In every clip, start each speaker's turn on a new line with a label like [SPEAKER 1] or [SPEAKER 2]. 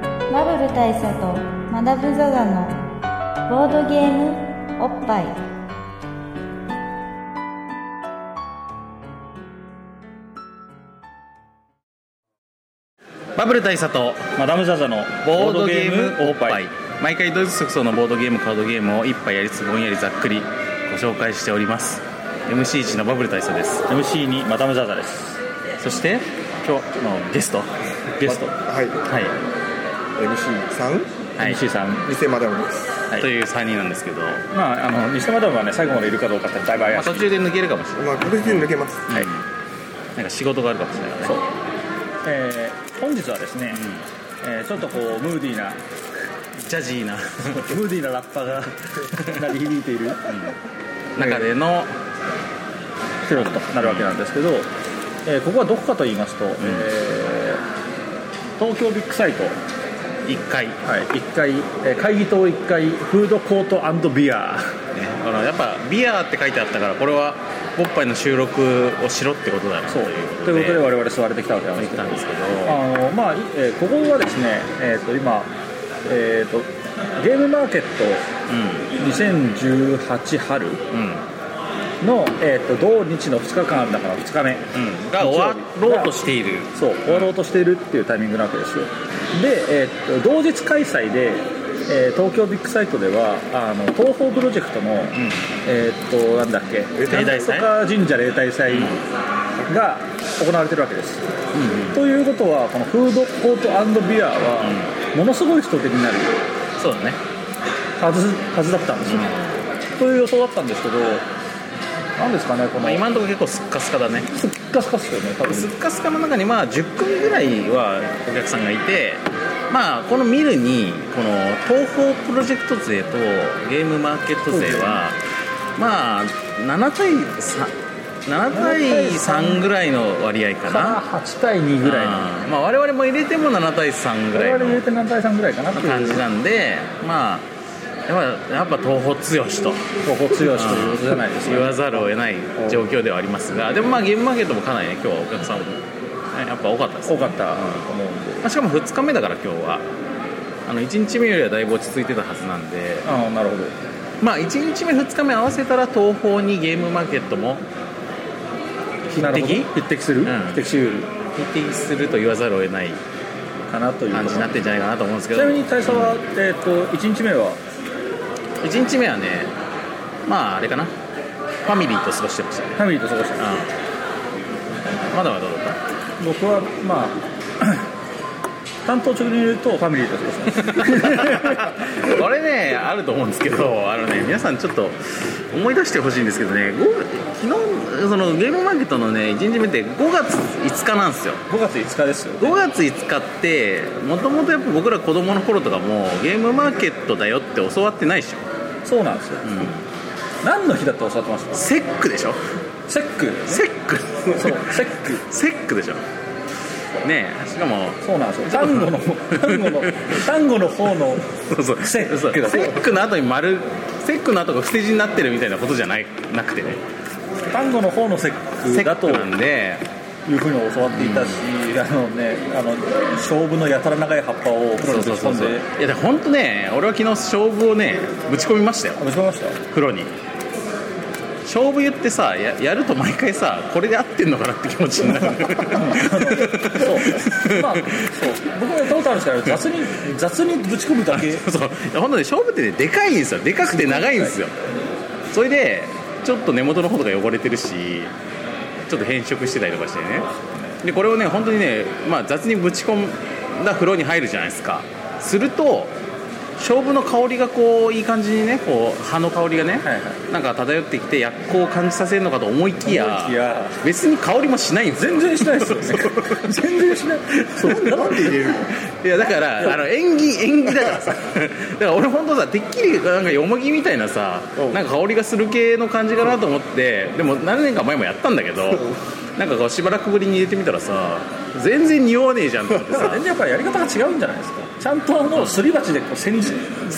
[SPEAKER 1] 部大佐とマダム・ザ・ザのボードゲームおっぱい
[SPEAKER 2] バブル大佐と
[SPEAKER 3] マダム・ザ・ザの
[SPEAKER 2] ボードゲームおっぱ
[SPEAKER 3] い
[SPEAKER 2] い毎回ドイツ即走のボードゲームカードゲームを一杯やりつつぼんやりざっくりご紹介しております MC1 のバブル大佐です
[SPEAKER 3] MC にマダム・ザ・ザです
[SPEAKER 2] そして今日のゲスト
[SPEAKER 3] ゲスト、
[SPEAKER 4] はい、
[SPEAKER 2] はい、
[SPEAKER 4] MC さん、
[SPEAKER 2] はい
[SPEAKER 3] MC さん
[SPEAKER 4] 店マダムです。
[SPEAKER 3] はい
[SPEAKER 2] という3人なんですけど、ま
[SPEAKER 3] まああの西田マダムはね最後までいるかどうかってだいぶ
[SPEAKER 2] あ、
[SPEAKER 3] 怪しい、
[SPEAKER 2] 途中で抜けるかもしれ
[SPEAKER 4] まあ、これで抜けます。
[SPEAKER 2] ない、なんか仕事があるかもしれないね
[SPEAKER 3] そうえー本日はですね、えーちょっとこうムーディ ーな
[SPEAKER 2] ジャジーな
[SPEAKER 3] ムーディーなラッパが鳴り響いている
[SPEAKER 2] 中での
[SPEAKER 3] 収録となるわけなんですけど、えーここはどこかと言いますと、えー東京ビッグサイト、
[SPEAKER 2] 1回、ね、
[SPEAKER 3] はい、1階、えー会議棟1階フードコートビア
[SPEAKER 2] このやっぱビアーって書いてあったからこれはボッパイの収録をしろってことだなと
[SPEAKER 3] そう
[SPEAKER 2] い
[SPEAKER 3] という
[SPEAKER 2] うこ
[SPEAKER 3] ことと
[SPEAKER 2] で
[SPEAKER 3] で我々座れてきたわけなんです
[SPEAKER 2] 行った
[SPEAKER 3] けど
[SPEAKER 2] んですけど
[SPEAKER 3] あのまあいえーここはですね、えー、と今、えーと、ゲームマーケット2018春
[SPEAKER 2] うんうん
[SPEAKER 3] の、えー、と同日の2日間だから2日目、
[SPEAKER 2] うん、が終わろうとしている
[SPEAKER 3] そう終わろうとしているっていうタイミングなわけですよで、えー、と同日開催で、えー東京ビッグサイトではあの東方プロジェクトの、えっ、となんだっけ
[SPEAKER 2] 体祭
[SPEAKER 3] とか神社例大祭が行われてるわけです、ということはこのフードコートビアは、ものすごい人手になる
[SPEAKER 2] そうだね
[SPEAKER 3] はずはずだったんですよ、という予想だったんですけどなんですかねこ
[SPEAKER 2] ま
[SPEAKER 3] の
[SPEAKER 2] あ、今のところ結構スッカスカだね
[SPEAKER 3] すっかすかっすよね多分
[SPEAKER 2] スッカスカの中にまあ10組ぐらいはお客さんがいてまあこの見るにこの東宝プロジェクト勢とゲームマーケット勢はまあ7対37対3ぐらいの割合か
[SPEAKER 3] から
[SPEAKER 2] な
[SPEAKER 3] 8対2ぐらいの
[SPEAKER 2] あーまあ我々も入れても7対3ぐら
[SPEAKER 3] 我
[SPEAKER 2] い
[SPEAKER 3] 々
[SPEAKER 2] の
[SPEAKER 3] 入れて何対3ぐらいかなっていう
[SPEAKER 2] 感じなんでまあやっぱやっぱ東宝強しと
[SPEAKER 3] ここ強しということじゃないですか
[SPEAKER 2] 言わざるを得ない状況ではありますがでもまあゲームマーケットもかなりね今日はお客さんもねやっぱ多かったです、
[SPEAKER 3] 多
[SPEAKER 2] ね
[SPEAKER 3] かったと思うんで
[SPEAKER 2] まあ、しかも2日目だから今日はあの1日目よりはだいぶ落ち着いてたはずなんで
[SPEAKER 3] ああなるほど
[SPEAKER 2] まあ1日目2日目合わせたら東宝にゲームマーケットも
[SPEAKER 3] なるほど
[SPEAKER 2] 匹敵
[SPEAKER 3] 匹敵する、
[SPEAKER 2] ん
[SPEAKER 3] 匹敵しうる
[SPEAKER 2] 匹敵すると言わざるを得ない
[SPEAKER 3] かなというと
[SPEAKER 2] 感
[SPEAKER 3] ころ
[SPEAKER 2] じになってんじゃないかなと思うんですけ
[SPEAKER 3] ち
[SPEAKER 2] ど
[SPEAKER 3] なみに大佐は、えっと1日目は
[SPEAKER 2] 1日目はねまああれかなファミリーと過ごしてましたね
[SPEAKER 3] ファミリーと過ごしたんです
[SPEAKER 2] うんまだまだだ った
[SPEAKER 3] 僕はまあ担当直入れるとファミリーと過ごしたんです
[SPEAKER 2] これねあると思うんですけどあのね皆さんちょっと思い出してほしいんですけどねご昨日そのゲームマーケットのね1日目って5月5日なんですよ
[SPEAKER 3] 5月5日ですよ
[SPEAKER 2] 5月5日ってもともとやっぱ僕ら子供の頃とかもゲームマーケットだよって教わってないでしょ、
[SPEAKER 3] そうなんですよ、何の日だっておっしゃってました
[SPEAKER 2] セックでしょ
[SPEAKER 3] セック
[SPEAKER 2] セック
[SPEAKER 3] そうセック
[SPEAKER 2] セックでしょねえしかも
[SPEAKER 3] そうなんですよ単語の単語の単語の方の
[SPEAKER 2] そうそう
[SPEAKER 3] セック
[SPEAKER 2] そう
[SPEAKER 3] だ
[SPEAKER 2] セックの後に丸セックの後が伏せ字になってるみたいなことじゃないなくてね
[SPEAKER 3] 単語の方のセッ
[SPEAKER 2] セ
[SPEAKER 3] クだ
[SPEAKER 2] ッ
[SPEAKER 3] と
[SPEAKER 2] ク
[SPEAKER 3] い
[SPEAKER 2] なんで
[SPEAKER 3] うふうに教わっていたし、あのねあの勝負のやたら長い葉っぱをお風呂
[SPEAKER 2] そう
[SPEAKER 3] に
[SPEAKER 2] そうそう
[SPEAKER 3] ぶち込
[SPEAKER 2] んそう
[SPEAKER 3] で
[SPEAKER 2] いやで本当ね俺は昨日勝負をねぶち込みましたよ
[SPEAKER 3] あぶち込みました
[SPEAKER 2] 風呂に勝負言ってさややると毎回さこれで合ってんのかなって気持ち になる
[SPEAKER 3] そうまあそう僕がやったことあるんですけど雑に雑にぶち込むだけ
[SPEAKER 2] そう本当に勝負ってねでかいんですよでかくて長いんですよそれでちょっと根元の方とか汚れてるしちょっと変色してたりとかしてねでこれをね本当にね、まあ、雑にぶち込んだ風呂に入るじゃないですかすると勝負の香りがこういい感じにねこう葉の香りがね、
[SPEAKER 3] はいは
[SPEAKER 2] なんか漂ってきて薬効を感じさせるのかと思いきや
[SPEAKER 3] 思いきや
[SPEAKER 2] 別に香りもしないんですよ
[SPEAKER 3] 全然しないです よね全然しないそうなんで入れる
[SPEAKER 2] いやだからあの縁起縁起だから さだから俺本当さてっきりなんかよもぎみたいなさ
[SPEAKER 3] うん
[SPEAKER 2] なんか香りがする系の感じかなと思ってでも何年か前もやったんだけどなんかこうしばらくぶりに入れてみたらさ全然匂わねえじゃんと思って さ
[SPEAKER 3] 全然やっぱりやり方が違うんじゃないですかちゃんとあのすり鉢でこう煎じ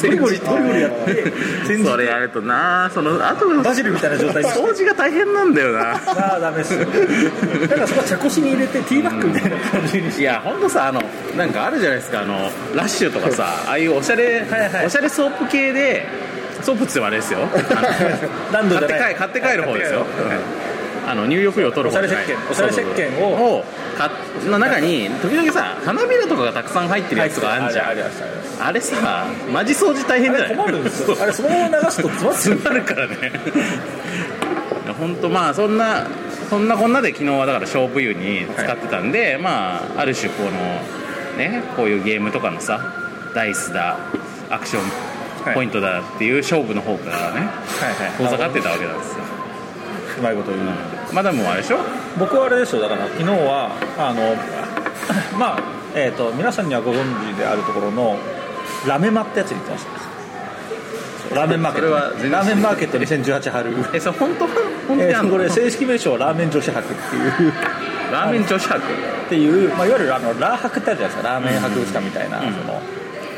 [SPEAKER 3] ゴリゴリゴリゴリや って煎じ
[SPEAKER 2] それやるとなその後の
[SPEAKER 3] バジルみたいな状態に
[SPEAKER 2] 掃除が大変なんだよな
[SPEAKER 3] ああダメっすよだからそこは茶こしに入れてティーバッグみたいな感じにし
[SPEAKER 2] いやほんとさあのなんかあるじゃないですかあのラッシュとかさああいうおしゃれ、
[SPEAKER 3] はいはい
[SPEAKER 2] おしゃれソープ系でソープっつってもあれですよあの
[SPEAKER 3] 何度
[SPEAKER 2] 買
[SPEAKER 3] じ
[SPEAKER 2] っ
[SPEAKER 3] ゃ
[SPEAKER 2] て
[SPEAKER 3] ない
[SPEAKER 2] 帰買って帰る方ですよ、あの入浴料を取る方じゃない
[SPEAKER 3] おしゃれ石鹸おしゃれ石鹸を
[SPEAKER 2] を買っの中に時々さ花びらとかがたくさん入ってるやつがあんじゃん、
[SPEAKER 3] ありましたありまし
[SPEAKER 2] あれさマジ掃除大変じゃ
[SPEAKER 3] た
[SPEAKER 2] ない
[SPEAKER 3] 困 るんですよあれそのまま流すと詰まっちゃう
[SPEAKER 2] 詰まるからね本当まあそんなそんなこんなで昨日はだから勝負湯に使ってたんで、まあある種このねこういうゲームとかのさダイスだアクショ
[SPEAKER 3] は
[SPEAKER 2] ン
[SPEAKER 3] い
[SPEAKER 2] ポイントだっていう勝負の方からね
[SPEAKER 3] はいはい
[SPEAKER 2] 遠ざかってたわけなんですよ
[SPEAKER 3] うまいこと言う
[SPEAKER 2] マダムもあれでしょ
[SPEAKER 3] 僕はあれですよだから昨日はあの まあえっ、と皆さんにはご存知であるところのラメマってやつに行ってましたラーメンマーケッ
[SPEAKER 2] それ
[SPEAKER 3] ト
[SPEAKER 2] は全然
[SPEAKER 3] ラーメンマーケット2018春
[SPEAKER 2] えそれ本当は本当
[SPEAKER 3] え
[SPEAKER 2] にあ
[SPEAKER 3] ー
[SPEAKER 2] の、
[SPEAKER 3] これ正式名称はラーメン女子博っていう
[SPEAKER 2] ラーメン女子博
[SPEAKER 3] っていう、まあ、いわゆるあのラー博ってあるじゃないですかラーメン博物館みたいな、
[SPEAKER 2] うん
[SPEAKER 3] その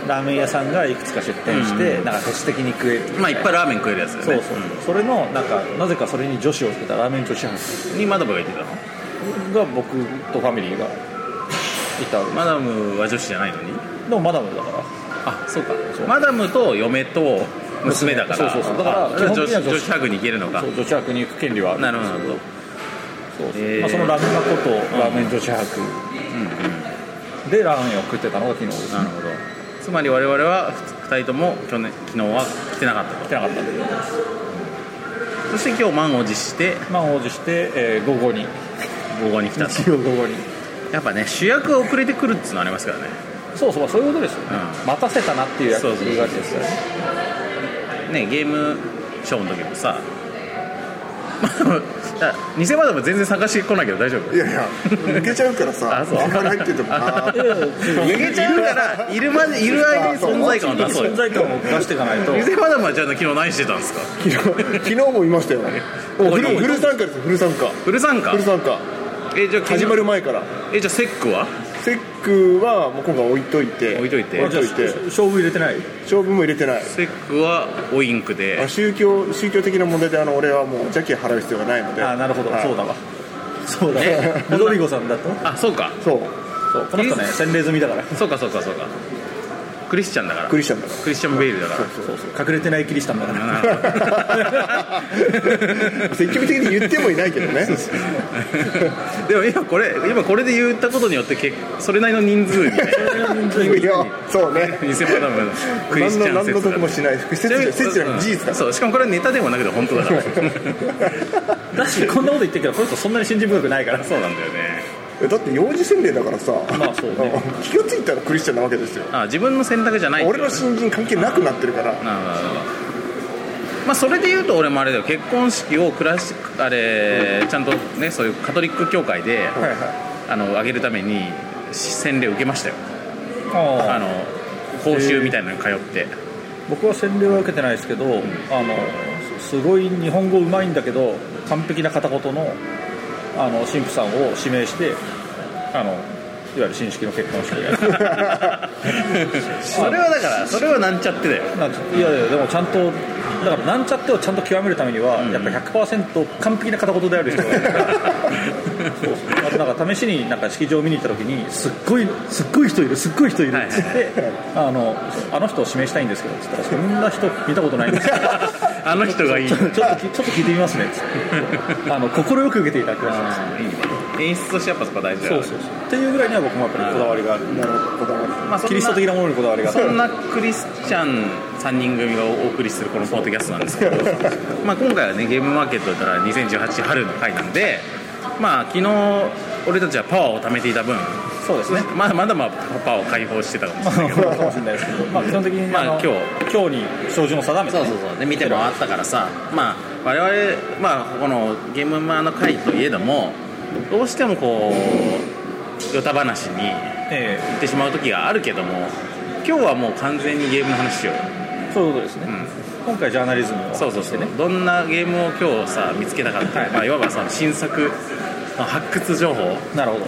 [SPEAKER 3] ラーメン屋さんがいくつか出店して、なんか鉄的に食える
[SPEAKER 2] まあいっぱいラーメン食えるやつだよ
[SPEAKER 3] そう
[SPEAKER 2] ね
[SPEAKER 3] そう、それのなんかなぜかそれに女子をつけたラーメン女子博
[SPEAKER 2] うんにマダムが言ってたの
[SPEAKER 3] が僕とファミリーがいたわけです
[SPEAKER 2] マダムは女子じゃないのに
[SPEAKER 3] でもマダムだから
[SPEAKER 2] あそうか
[SPEAKER 3] そう
[SPEAKER 2] マダムと嫁と娘だから
[SPEAKER 3] そうそうそうだから
[SPEAKER 2] あ女
[SPEAKER 3] 基本的には
[SPEAKER 2] 子
[SPEAKER 3] 女子
[SPEAKER 2] 女子博に行けるのか
[SPEAKER 3] そう女子博に行く権利はある
[SPEAKER 2] なるほどなるほど
[SPEAKER 3] そうそう
[SPEAKER 2] へー
[SPEAKER 3] まあ、そのラーメンことラーメン女子博でラーメンを食ってたのが昨日です
[SPEAKER 2] なるほどつまり我々は2人とも去年昨日は来てなかった
[SPEAKER 3] 来てなかったんで
[SPEAKER 2] とそして今日満を持して
[SPEAKER 3] 満を持して、えー午後に
[SPEAKER 2] 午後に来たと
[SPEAKER 3] 日曜午後に
[SPEAKER 2] やっぱね主役が遅れてくるっつうのありますからね
[SPEAKER 3] そうそうそういうことですよね、
[SPEAKER 2] う
[SPEAKER 3] 待たせたなっていうやつ
[SPEAKER 2] そうそうそう
[SPEAKER 3] いうわけですよね
[SPEAKER 2] ねゲームショーの時もさ マダムあ偽マダム全然探してこないけど大丈夫
[SPEAKER 4] いやいや抜けちゃうからさ
[SPEAKER 2] あそう
[SPEAKER 4] あんまり入ってて もあー
[SPEAKER 2] 逃げちゃうからいるまでいる間に存在感を出そう
[SPEAKER 3] 存
[SPEAKER 2] よ
[SPEAKER 3] 在感を出していか ないと
[SPEAKER 2] 偽マダムはじゃあ昨日何してたんですか
[SPEAKER 4] 昨日昨日もいましたよおフルフル参加ですよフル参加
[SPEAKER 2] フル参加
[SPEAKER 4] フル参加
[SPEAKER 2] えじゃあ
[SPEAKER 4] 始まる前から
[SPEAKER 2] えじゃあセックは
[SPEAKER 4] セックはもう今回置いといて
[SPEAKER 2] 置いといて
[SPEAKER 4] 置いといて
[SPEAKER 3] 勝負入れてない
[SPEAKER 4] 勝負も入れてない
[SPEAKER 2] セックはオインクで
[SPEAKER 4] あ宗教宗教的な問題であの俺はもう邪気払う必要がないので
[SPEAKER 3] ああなるほど、
[SPEAKER 4] はい
[SPEAKER 3] そうだわそうだ
[SPEAKER 2] ね
[SPEAKER 3] ロドリゴさんだと
[SPEAKER 2] あそうか
[SPEAKER 4] そう
[SPEAKER 3] そうこの人ね洗礼済みだから
[SPEAKER 2] そうかそうかそうかクリスチャンだから
[SPEAKER 4] ク
[SPEAKER 2] クリ
[SPEAKER 4] リスチャ ンだか
[SPEAKER 2] スチャン・ベイルだから
[SPEAKER 4] そう
[SPEAKER 3] そうそう隠れてないキリシタンだから
[SPEAKER 4] ら積極的に言ってもいないけどね
[SPEAKER 2] でも今これ今これで言ったことによってけそれなりの人 数にね
[SPEAKER 4] いやそうね
[SPEAKER 2] 偽マダムのクリ
[SPEAKER 4] 何
[SPEAKER 2] スチ
[SPEAKER 4] の
[SPEAKER 2] ャン
[SPEAKER 4] 何の
[SPEAKER 2] 説だ
[SPEAKER 4] 得もしない説
[SPEAKER 2] ちなみに
[SPEAKER 4] 説説じゃなくて事実
[SPEAKER 2] う
[SPEAKER 4] だ
[SPEAKER 2] ん
[SPEAKER 4] か
[SPEAKER 2] そうしかもこれはネタでもなくて本当だから
[SPEAKER 3] だしこんなこと言ってるけどこの人そんなに信心深くないから
[SPEAKER 2] そうなんだよね
[SPEAKER 4] らだって幼児洗礼だからさ
[SPEAKER 3] まあそうね
[SPEAKER 4] 気がついたらクリスチャンなわけですよ
[SPEAKER 2] あ自分の選択じゃないっていう
[SPEAKER 4] 俺の新人関係なくなってるから
[SPEAKER 2] なるほどなるほどまあそれで言うと俺もあれだよ結婚式をクラシックあれちゃんとねそういうカトリック教会で
[SPEAKER 3] はい
[SPEAKER 2] あの上げるために洗礼を受けましたよ
[SPEAKER 3] はい
[SPEAKER 2] あ
[SPEAKER 3] あの
[SPEAKER 2] の講習みたいなのに通って
[SPEAKER 3] 僕は洗礼は受けてないですけど、あのすごい日本語うまいんだけど完璧な片言のあの神父さんを指名してあのいわゆる新式の結婚式をやる
[SPEAKER 2] それはだからそれはなんちゃってだよ
[SPEAKER 3] なんかいやいやでもちゃんとだからなんちゃってをちゃんと極めるためには、やっぱ100%完璧な片言である人がいる そうそうあとなんか試しになんか式場を見に行った時にすっごいすっごい人いるすっごい人いる
[SPEAKER 2] はい
[SPEAKER 3] っつってあのあの人を指名したいんですけどっつったらそんな人見たことないん ですよ
[SPEAKER 2] あの人がいい
[SPEAKER 3] ちょっとちょっと聞いてみますねっつってあの心よく受けていただきました
[SPEAKER 2] あーいいね演出としてやっぱそこは大事だから
[SPEAKER 3] そうそうそうっていうぐらいには僕もやっぱりこだわりがある
[SPEAKER 4] なるほどこだわり
[SPEAKER 2] まあそんな
[SPEAKER 3] キリスト的なものにこだわりが あ
[SPEAKER 2] そ
[SPEAKER 3] る
[SPEAKER 2] んなクリスチャン3人組がお送りするこのポッドキャストなんですけど、 まあ、今回はねゲームマーケットから2018春の回なんで、まあ、昨日俺たちはパワーを貯めていた分、
[SPEAKER 3] そうですね
[SPEAKER 2] まあ、まだまだパワーを解放してたかもしれないけど
[SPEAKER 3] そうかもしれないですけど、まあ、基本的に、
[SPEAKER 2] まあ
[SPEAKER 3] の
[SPEAKER 2] 今
[SPEAKER 3] 今日に照準を定めて、
[SPEAKER 2] そ
[SPEAKER 3] ね、
[SPEAKER 2] うそうそうで見てもあったからさまあ我々、まあ、このゲームマーの回といえどもどうしてもこうヨタ話に行
[SPEAKER 3] ええ
[SPEAKER 2] ってしまう時があるけども今日はもう完全にゲームの話しようよ
[SPEAKER 3] そういうことですね、今回ジャーナリズムを
[SPEAKER 2] そうそうそうどんなゲームを今日さ見つけたかって、まあ、いわばその新作発掘情報
[SPEAKER 3] なるほ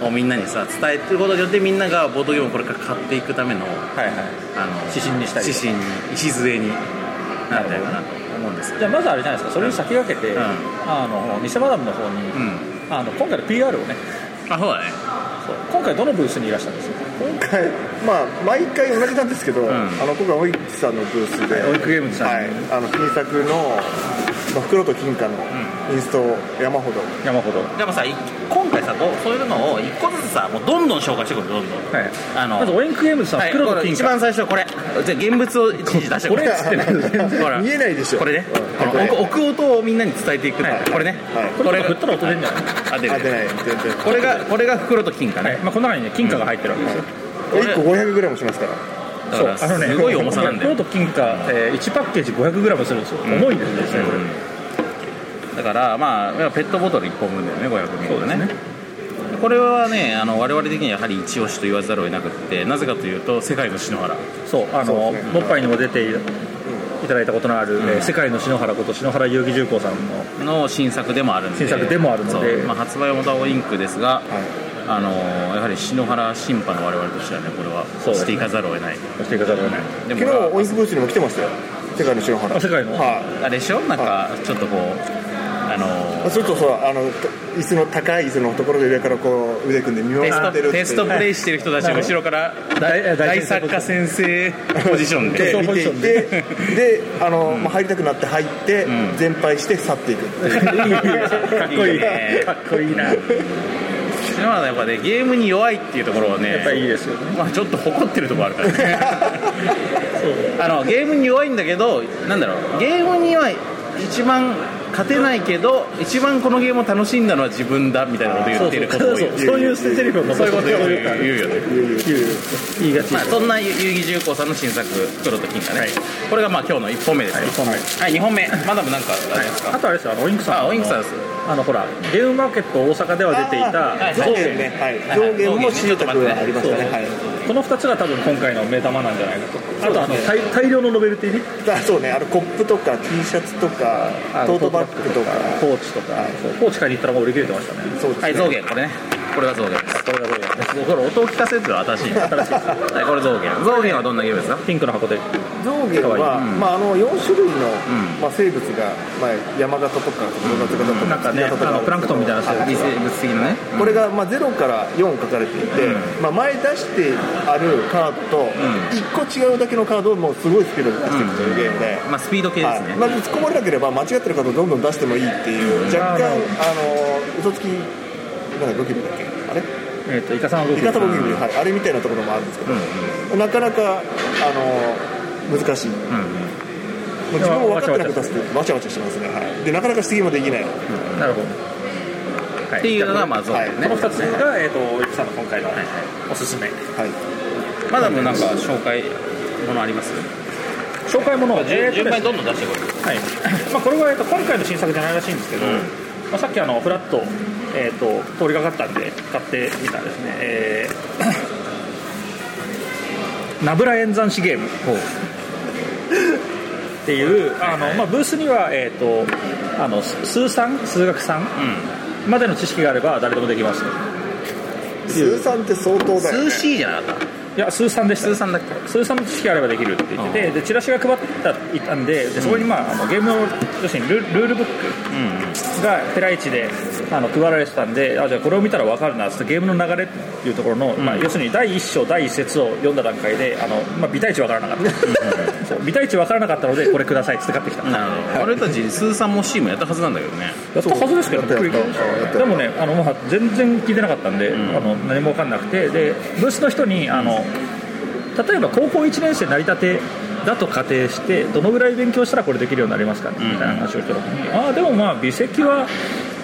[SPEAKER 3] ど
[SPEAKER 2] をみんなにさ伝えてることによってみんながボードゲームをこれから買っていくための
[SPEAKER 3] はいはい
[SPEAKER 2] あの
[SPEAKER 3] 指針にしたりと
[SPEAKER 2] 指
[SPEAKER 3] か
[SPEAKER 2] 針に礎になったかなと思うんですけ
[SPEAKER 3] じ
[SPEAKER 2] ど
[SPEAKER 3] ゃあまずあれじゃないですかそれに先駆けて、
[SPEAKER 2] うん
[SPEAKER 3] あの偽マダムの方に、
[SPEAKER 2] うん
[SPEAKER 3] あの今回の PR をね
[SPEAKER 2] あそうだね
[SPEAKER 3] そう今回どのブースにいらしたんですか
[SPEAKER 4] 今回まあ毎回同じなんですけど、
[SPEAKER 2] ん
[SPEAKER 4] あの今回オイキさんのブースで、
[SPEAKER 3] オイクゲームズさん
[SPEAKER 4] はい、あの新作のまあ袋と金貨のインストを山ほど、
[SPEAKER 3] 山ほど
[SPEAKER 2] でもさい今回さこうそういうのを一個ずつさもうどんどん紹介してくるどんどん
[SPEAKER 3] はい
[SPEAKER 2] あの
[SPEAKER 3] まずオインクゲームズさん、
[SPEAKER 2] はい
[SPEAKER 3] 黒と金
[SPEAKER 2] 一
[SPEAKER 3] 貨
[SPEAKER 2] 番最初これじゃあ現物を一時出して
[SPEAKER 3] これっつってない
[SPEAKER 2] ほ ら
[SPEAKER 4] 見えないでしょ
[SPEAKER 2] これね
[SPEAKER 4] うん
[SPEAKER 2] この
[SPEAKER 4] これ
[SPEAKER 2] 奥奥音をみんなに伝えていくの
[SPEAKER 3] はい
[SPEAKER 2] これね
[SPEAKER 4] はい
[SPEAKER 3] これ
[SPEAKER 2] が
[SPEAKER 3] 振ったら音出るんじゃない
[SPEAKER 2] あ出
[SPEAKER 4] あ出
[SPEAKER 2] る
[SPEAKER 4] ない全然
[SPEAKER 2] これがこれが袋と金貨
[SPEAKER 3] は
[SPEAKER 2] ね
[SPEAKER 3] いまあ、この中にね金貨が入ってるわけですよ、
[SPEAKER 4] 1個 500g しますから
[SPEAKER 2] だから
[SPEAKER 3] あのね
[SPEAKER 2] すごい重さなんだよ
[SPEAKER 3] 黒と金貨、えー、1パッケージ 500g するんですよ、
[SPEAKER 2] ん
[SPEAKER 3] 重いんですね、これ
[SPEAKER 2] だからまあペットボトル1本分だよね500ミリ
[SPEAKER 3] そ
[SPEAKER 2] の
[SPEAKER 3] うで
[SPEAKER 2] ね
[SPEAKER 3] すね
[SPEAKER 2] これはねあの我々的にはやはり一押しと言わざるを得なくってなぜかというと世界の篠原
[SPEAKER 3] そうあ
[SPEAKER 4] そ
[SPEAKER 3] の
[SPEAKER 4] うですね
[SPEAKER 3] もっぱいにも出ていただいたことのある、えー世界の篠原こと篠原遊戯重工さんの
[SPEAKER 2] の新作でもあるんで
[SPEAKER 3] 新作でもあるので
[SPEAKER 2] そうまあ、発売元はオインクですが、
[SPEAKER 4] い
[SPEAKER 2] あのやはり篠原審判の我々としてはねこれは
[SPEAKER 3] そうですね
[SPEAKER 2] していかざるを得ない
[SPEAKER 3] していかざるを得ない
[SPEAKER 2] で
[SPEAKER 4] 昨
[SPEAKER 2] ほら
[SPEAKER 4] 日オインクブースにも来てましたよ世界の白原
[SPEAKER 3] あ世界の
[SPEAKER 4] はい、
[SPEAKER 2] あれでしょなんかちょっとこうあの
[SPEAKER 4] それとそうあの椅子の高い椅子のところで上からこう腕組んで見
[SPEAKER 2] テ
[SPEAKER 4] 守
[SPEAKER 2] ス
[SPEAKER 4] ってる
[SPEAKER 2] ト
[SPEAKER 4] ってい
[SPEAKER 2] テ
[SPEAKER 4] う
[SPEAKER 2] ストプレイしてる人たち
[SPEAKER 3] な
[SPEAKER 2] が
[SPEAKER 3] るほど
[SPEAKER 2] 後ろから
[SPEAKER 3] 大
[SPEAKER 2] 大作家先生ポジション
[SPEAKER 4] で
[SPEAKER 2] で
[SPEAKER 3] テスト
[SPEAKER 4] 見
[SPEAKER 3] ポジショ
[SPEAKER 4] てい
[SPEAKER 3] ン
[SPEAKER 4] てであの、まあ、入りたくなって入って、
[SPEAKER 2] ん
[SPEAKER 4] 全敗して去っていくっていう
[SPEAKER 3] かっこい
[SPEAKER 2] いい
[SPEAKER 3] い
[SPEAKER 2] ね
[SPEAKER 3] かっこいいなやっ
[SPEAKER 2] 篠原はやっぱねゲームに弱いっていうところはね
[SPEAKER 3] ぱりいいですよね
[SPEAKER 2] まあ、ちょっと誇ってるところあるからね あのゲームに弱いんだけどなんだろうゲームには一番勝てないけど一番このゲームを楽しんだのは自分だみたいなこと言ってることを言う
[SPEAKER 3] そういう捨て台詞を
[SPEAKER 2] そういうこと言う
[SPEAKER 3] 言
[SPEAKER 2] 言うよね、
[SPEAKER 3] いがち
[SPEAKER 2] まあ、そんな遊戯重工さんの新作「黒と金貨ね」これがまあ今日の1本目ですよはい、2本目マダムなんかありますか、
[SPEAKER 3] あとあれですよあのオインクさん
[SPEAKER 2] あオインクさんです
[SPEAKER 3] あのほらゲームマーケット大阪では出てい
[SPEAKER 4] あ
[SPEAKER 2] はい
[SPEAKER 3] た
[SPEAKER 4] 増減ね、はい、増減も知りたくはありましたね、はい、
[SPEAKER 3] この2つが多分今回の目玉なんじゃないかとあとあの大大量のノベルティね
[SPEAKER 4] あそうねあのコップとか T シャツとか
[SPEAKER 3] あ
[SPEAKER 4] ト
[SPEAKER 3] の
[SPEAKER 4] ートバッグとか
[SPEAKER 3] ポーチとかそうポーチ買いに行ったらもう売り切れてましたね
[SPEAKER 4] そうです
[SPEAKER 2] は
[SPEAKER 4] ね
[SPEAKER 2] い増減これねこれが増減です
[SPEAKER 3] これがどうや
[SPEAKER 2] これ音を聞かせるっていうのは新 しいね
[SPEAKER 3] 新しいです
[SPEAKER 2] はいこれ増減増減はどんなゲームですか
[SPEAKER 3] ピンクの箱で
[SPEAKER 4] 増減は、
[SPEAKER 2] うん
[SPEAKER 4] まあ、あの4種類の、
[SPEAKER 2] ん
[SPEAKER 4] まあ、生物が、まあ、山形とか室形とか
[SPEAKER 3] なんかね
[SPEAKER 4] 月形と
[SPEAKER 3] あのプランクトンみたいな
[SPEAKER 4] あ
[SPEAKER 2] 微生物的なね
[SPEAKER 4] これが、まあ、0から4書かれていて、まあ、前出してあるカードと1個違うだけのカードをもうすごいスピードで出していくというゲームで、
[SPEAKER 2] まあスピード系ですね
[SPEAKER 4] はいまず突っ込まれなければ間違ってるカードをどんどん出してもいいっていう若干
[SPEAKER 3] なる
[SPEAKER 4] あの嘘つきなんだゴキブリだっけあれ
[SPEAKER 3] えっとイカさんは動
[SPEAKER 4] イ
[SPEAKER 3] く
[SPEAKER 4] カとゴキブリ、はい、あれみたいなところもあるんですけど、なかなかあの難しい、もう自分も分かってなく出すとわちゃわちゃしてますね、はい、でなかなか次もできない、
[SPEAKER 3] なるほどは
[SPEAKER 2] っていうのがまあ増減
[SPEAKER 3] こ
[SPEAKER 2] ね
[SPEAKER 3] の2つが、えー、とオイクさんの今回のおすすめ
[SPEAKER 4] はい、
[SPEAKER 2] まだもうなんか紹介ものあります
[SPEAKER 3] 紹介物は
[SPEAKER 2] 順番に
[SPEAKER 3] は
[SPEAKER 2] どんどん出してこい
[SPEAKER 3] い まあ、これは、えー、と今回の新作じゃないらしいんですけど、
[SPEAKER 2] うん
[SPEAKER 3] まあ、さっきあのフラッと,、えー、と通りかかったんで買ってみたですね、えー ナブラ演算子ゲームっていうあの、まあ、ブースには、えー、とあの数算数学算までの知識があれば誰でもできます
[SPEAKER 4] 通算って相当だよ、
[SPEAKER 2] 数
[SPEAKER 4] ね、
[SPEAKER 2] C じゃなかった
[SPEAKER 3] いや数算でした
[SPEAKER 2] 数3だっけ
[SPEAKER 3] 通算の知識があればできるって言ってて、でチラシが配っていたんででそこに、まあ、あのゲームの要するにルルールブックがペライチであの配られてたんであじゃあこれを見たら分かるなっつってゲームの流れっていうところの、まあ、要するに第1章第1節を読んだ段階であの、まあ、微対値分からなかったそう微対値分からなかったのでこれくださいっつって買ってきた
[SPEAKER 2] なるほど俺たち数3も C もやったはずなんだけどね
[SPEAKER 3] やったはずですけど
[SPEAKER 4] そうやったやったやった
[SPEAKER 3] でもねあの、まあ、全然聞いてなかったんで、あの何も分かんなくてでブースの人にあの例えば高校1年生成り立てだと仮定してどのぐらい勉強したらこれできるようになりますかねみたいな話をした時に、ああでもまあ微積は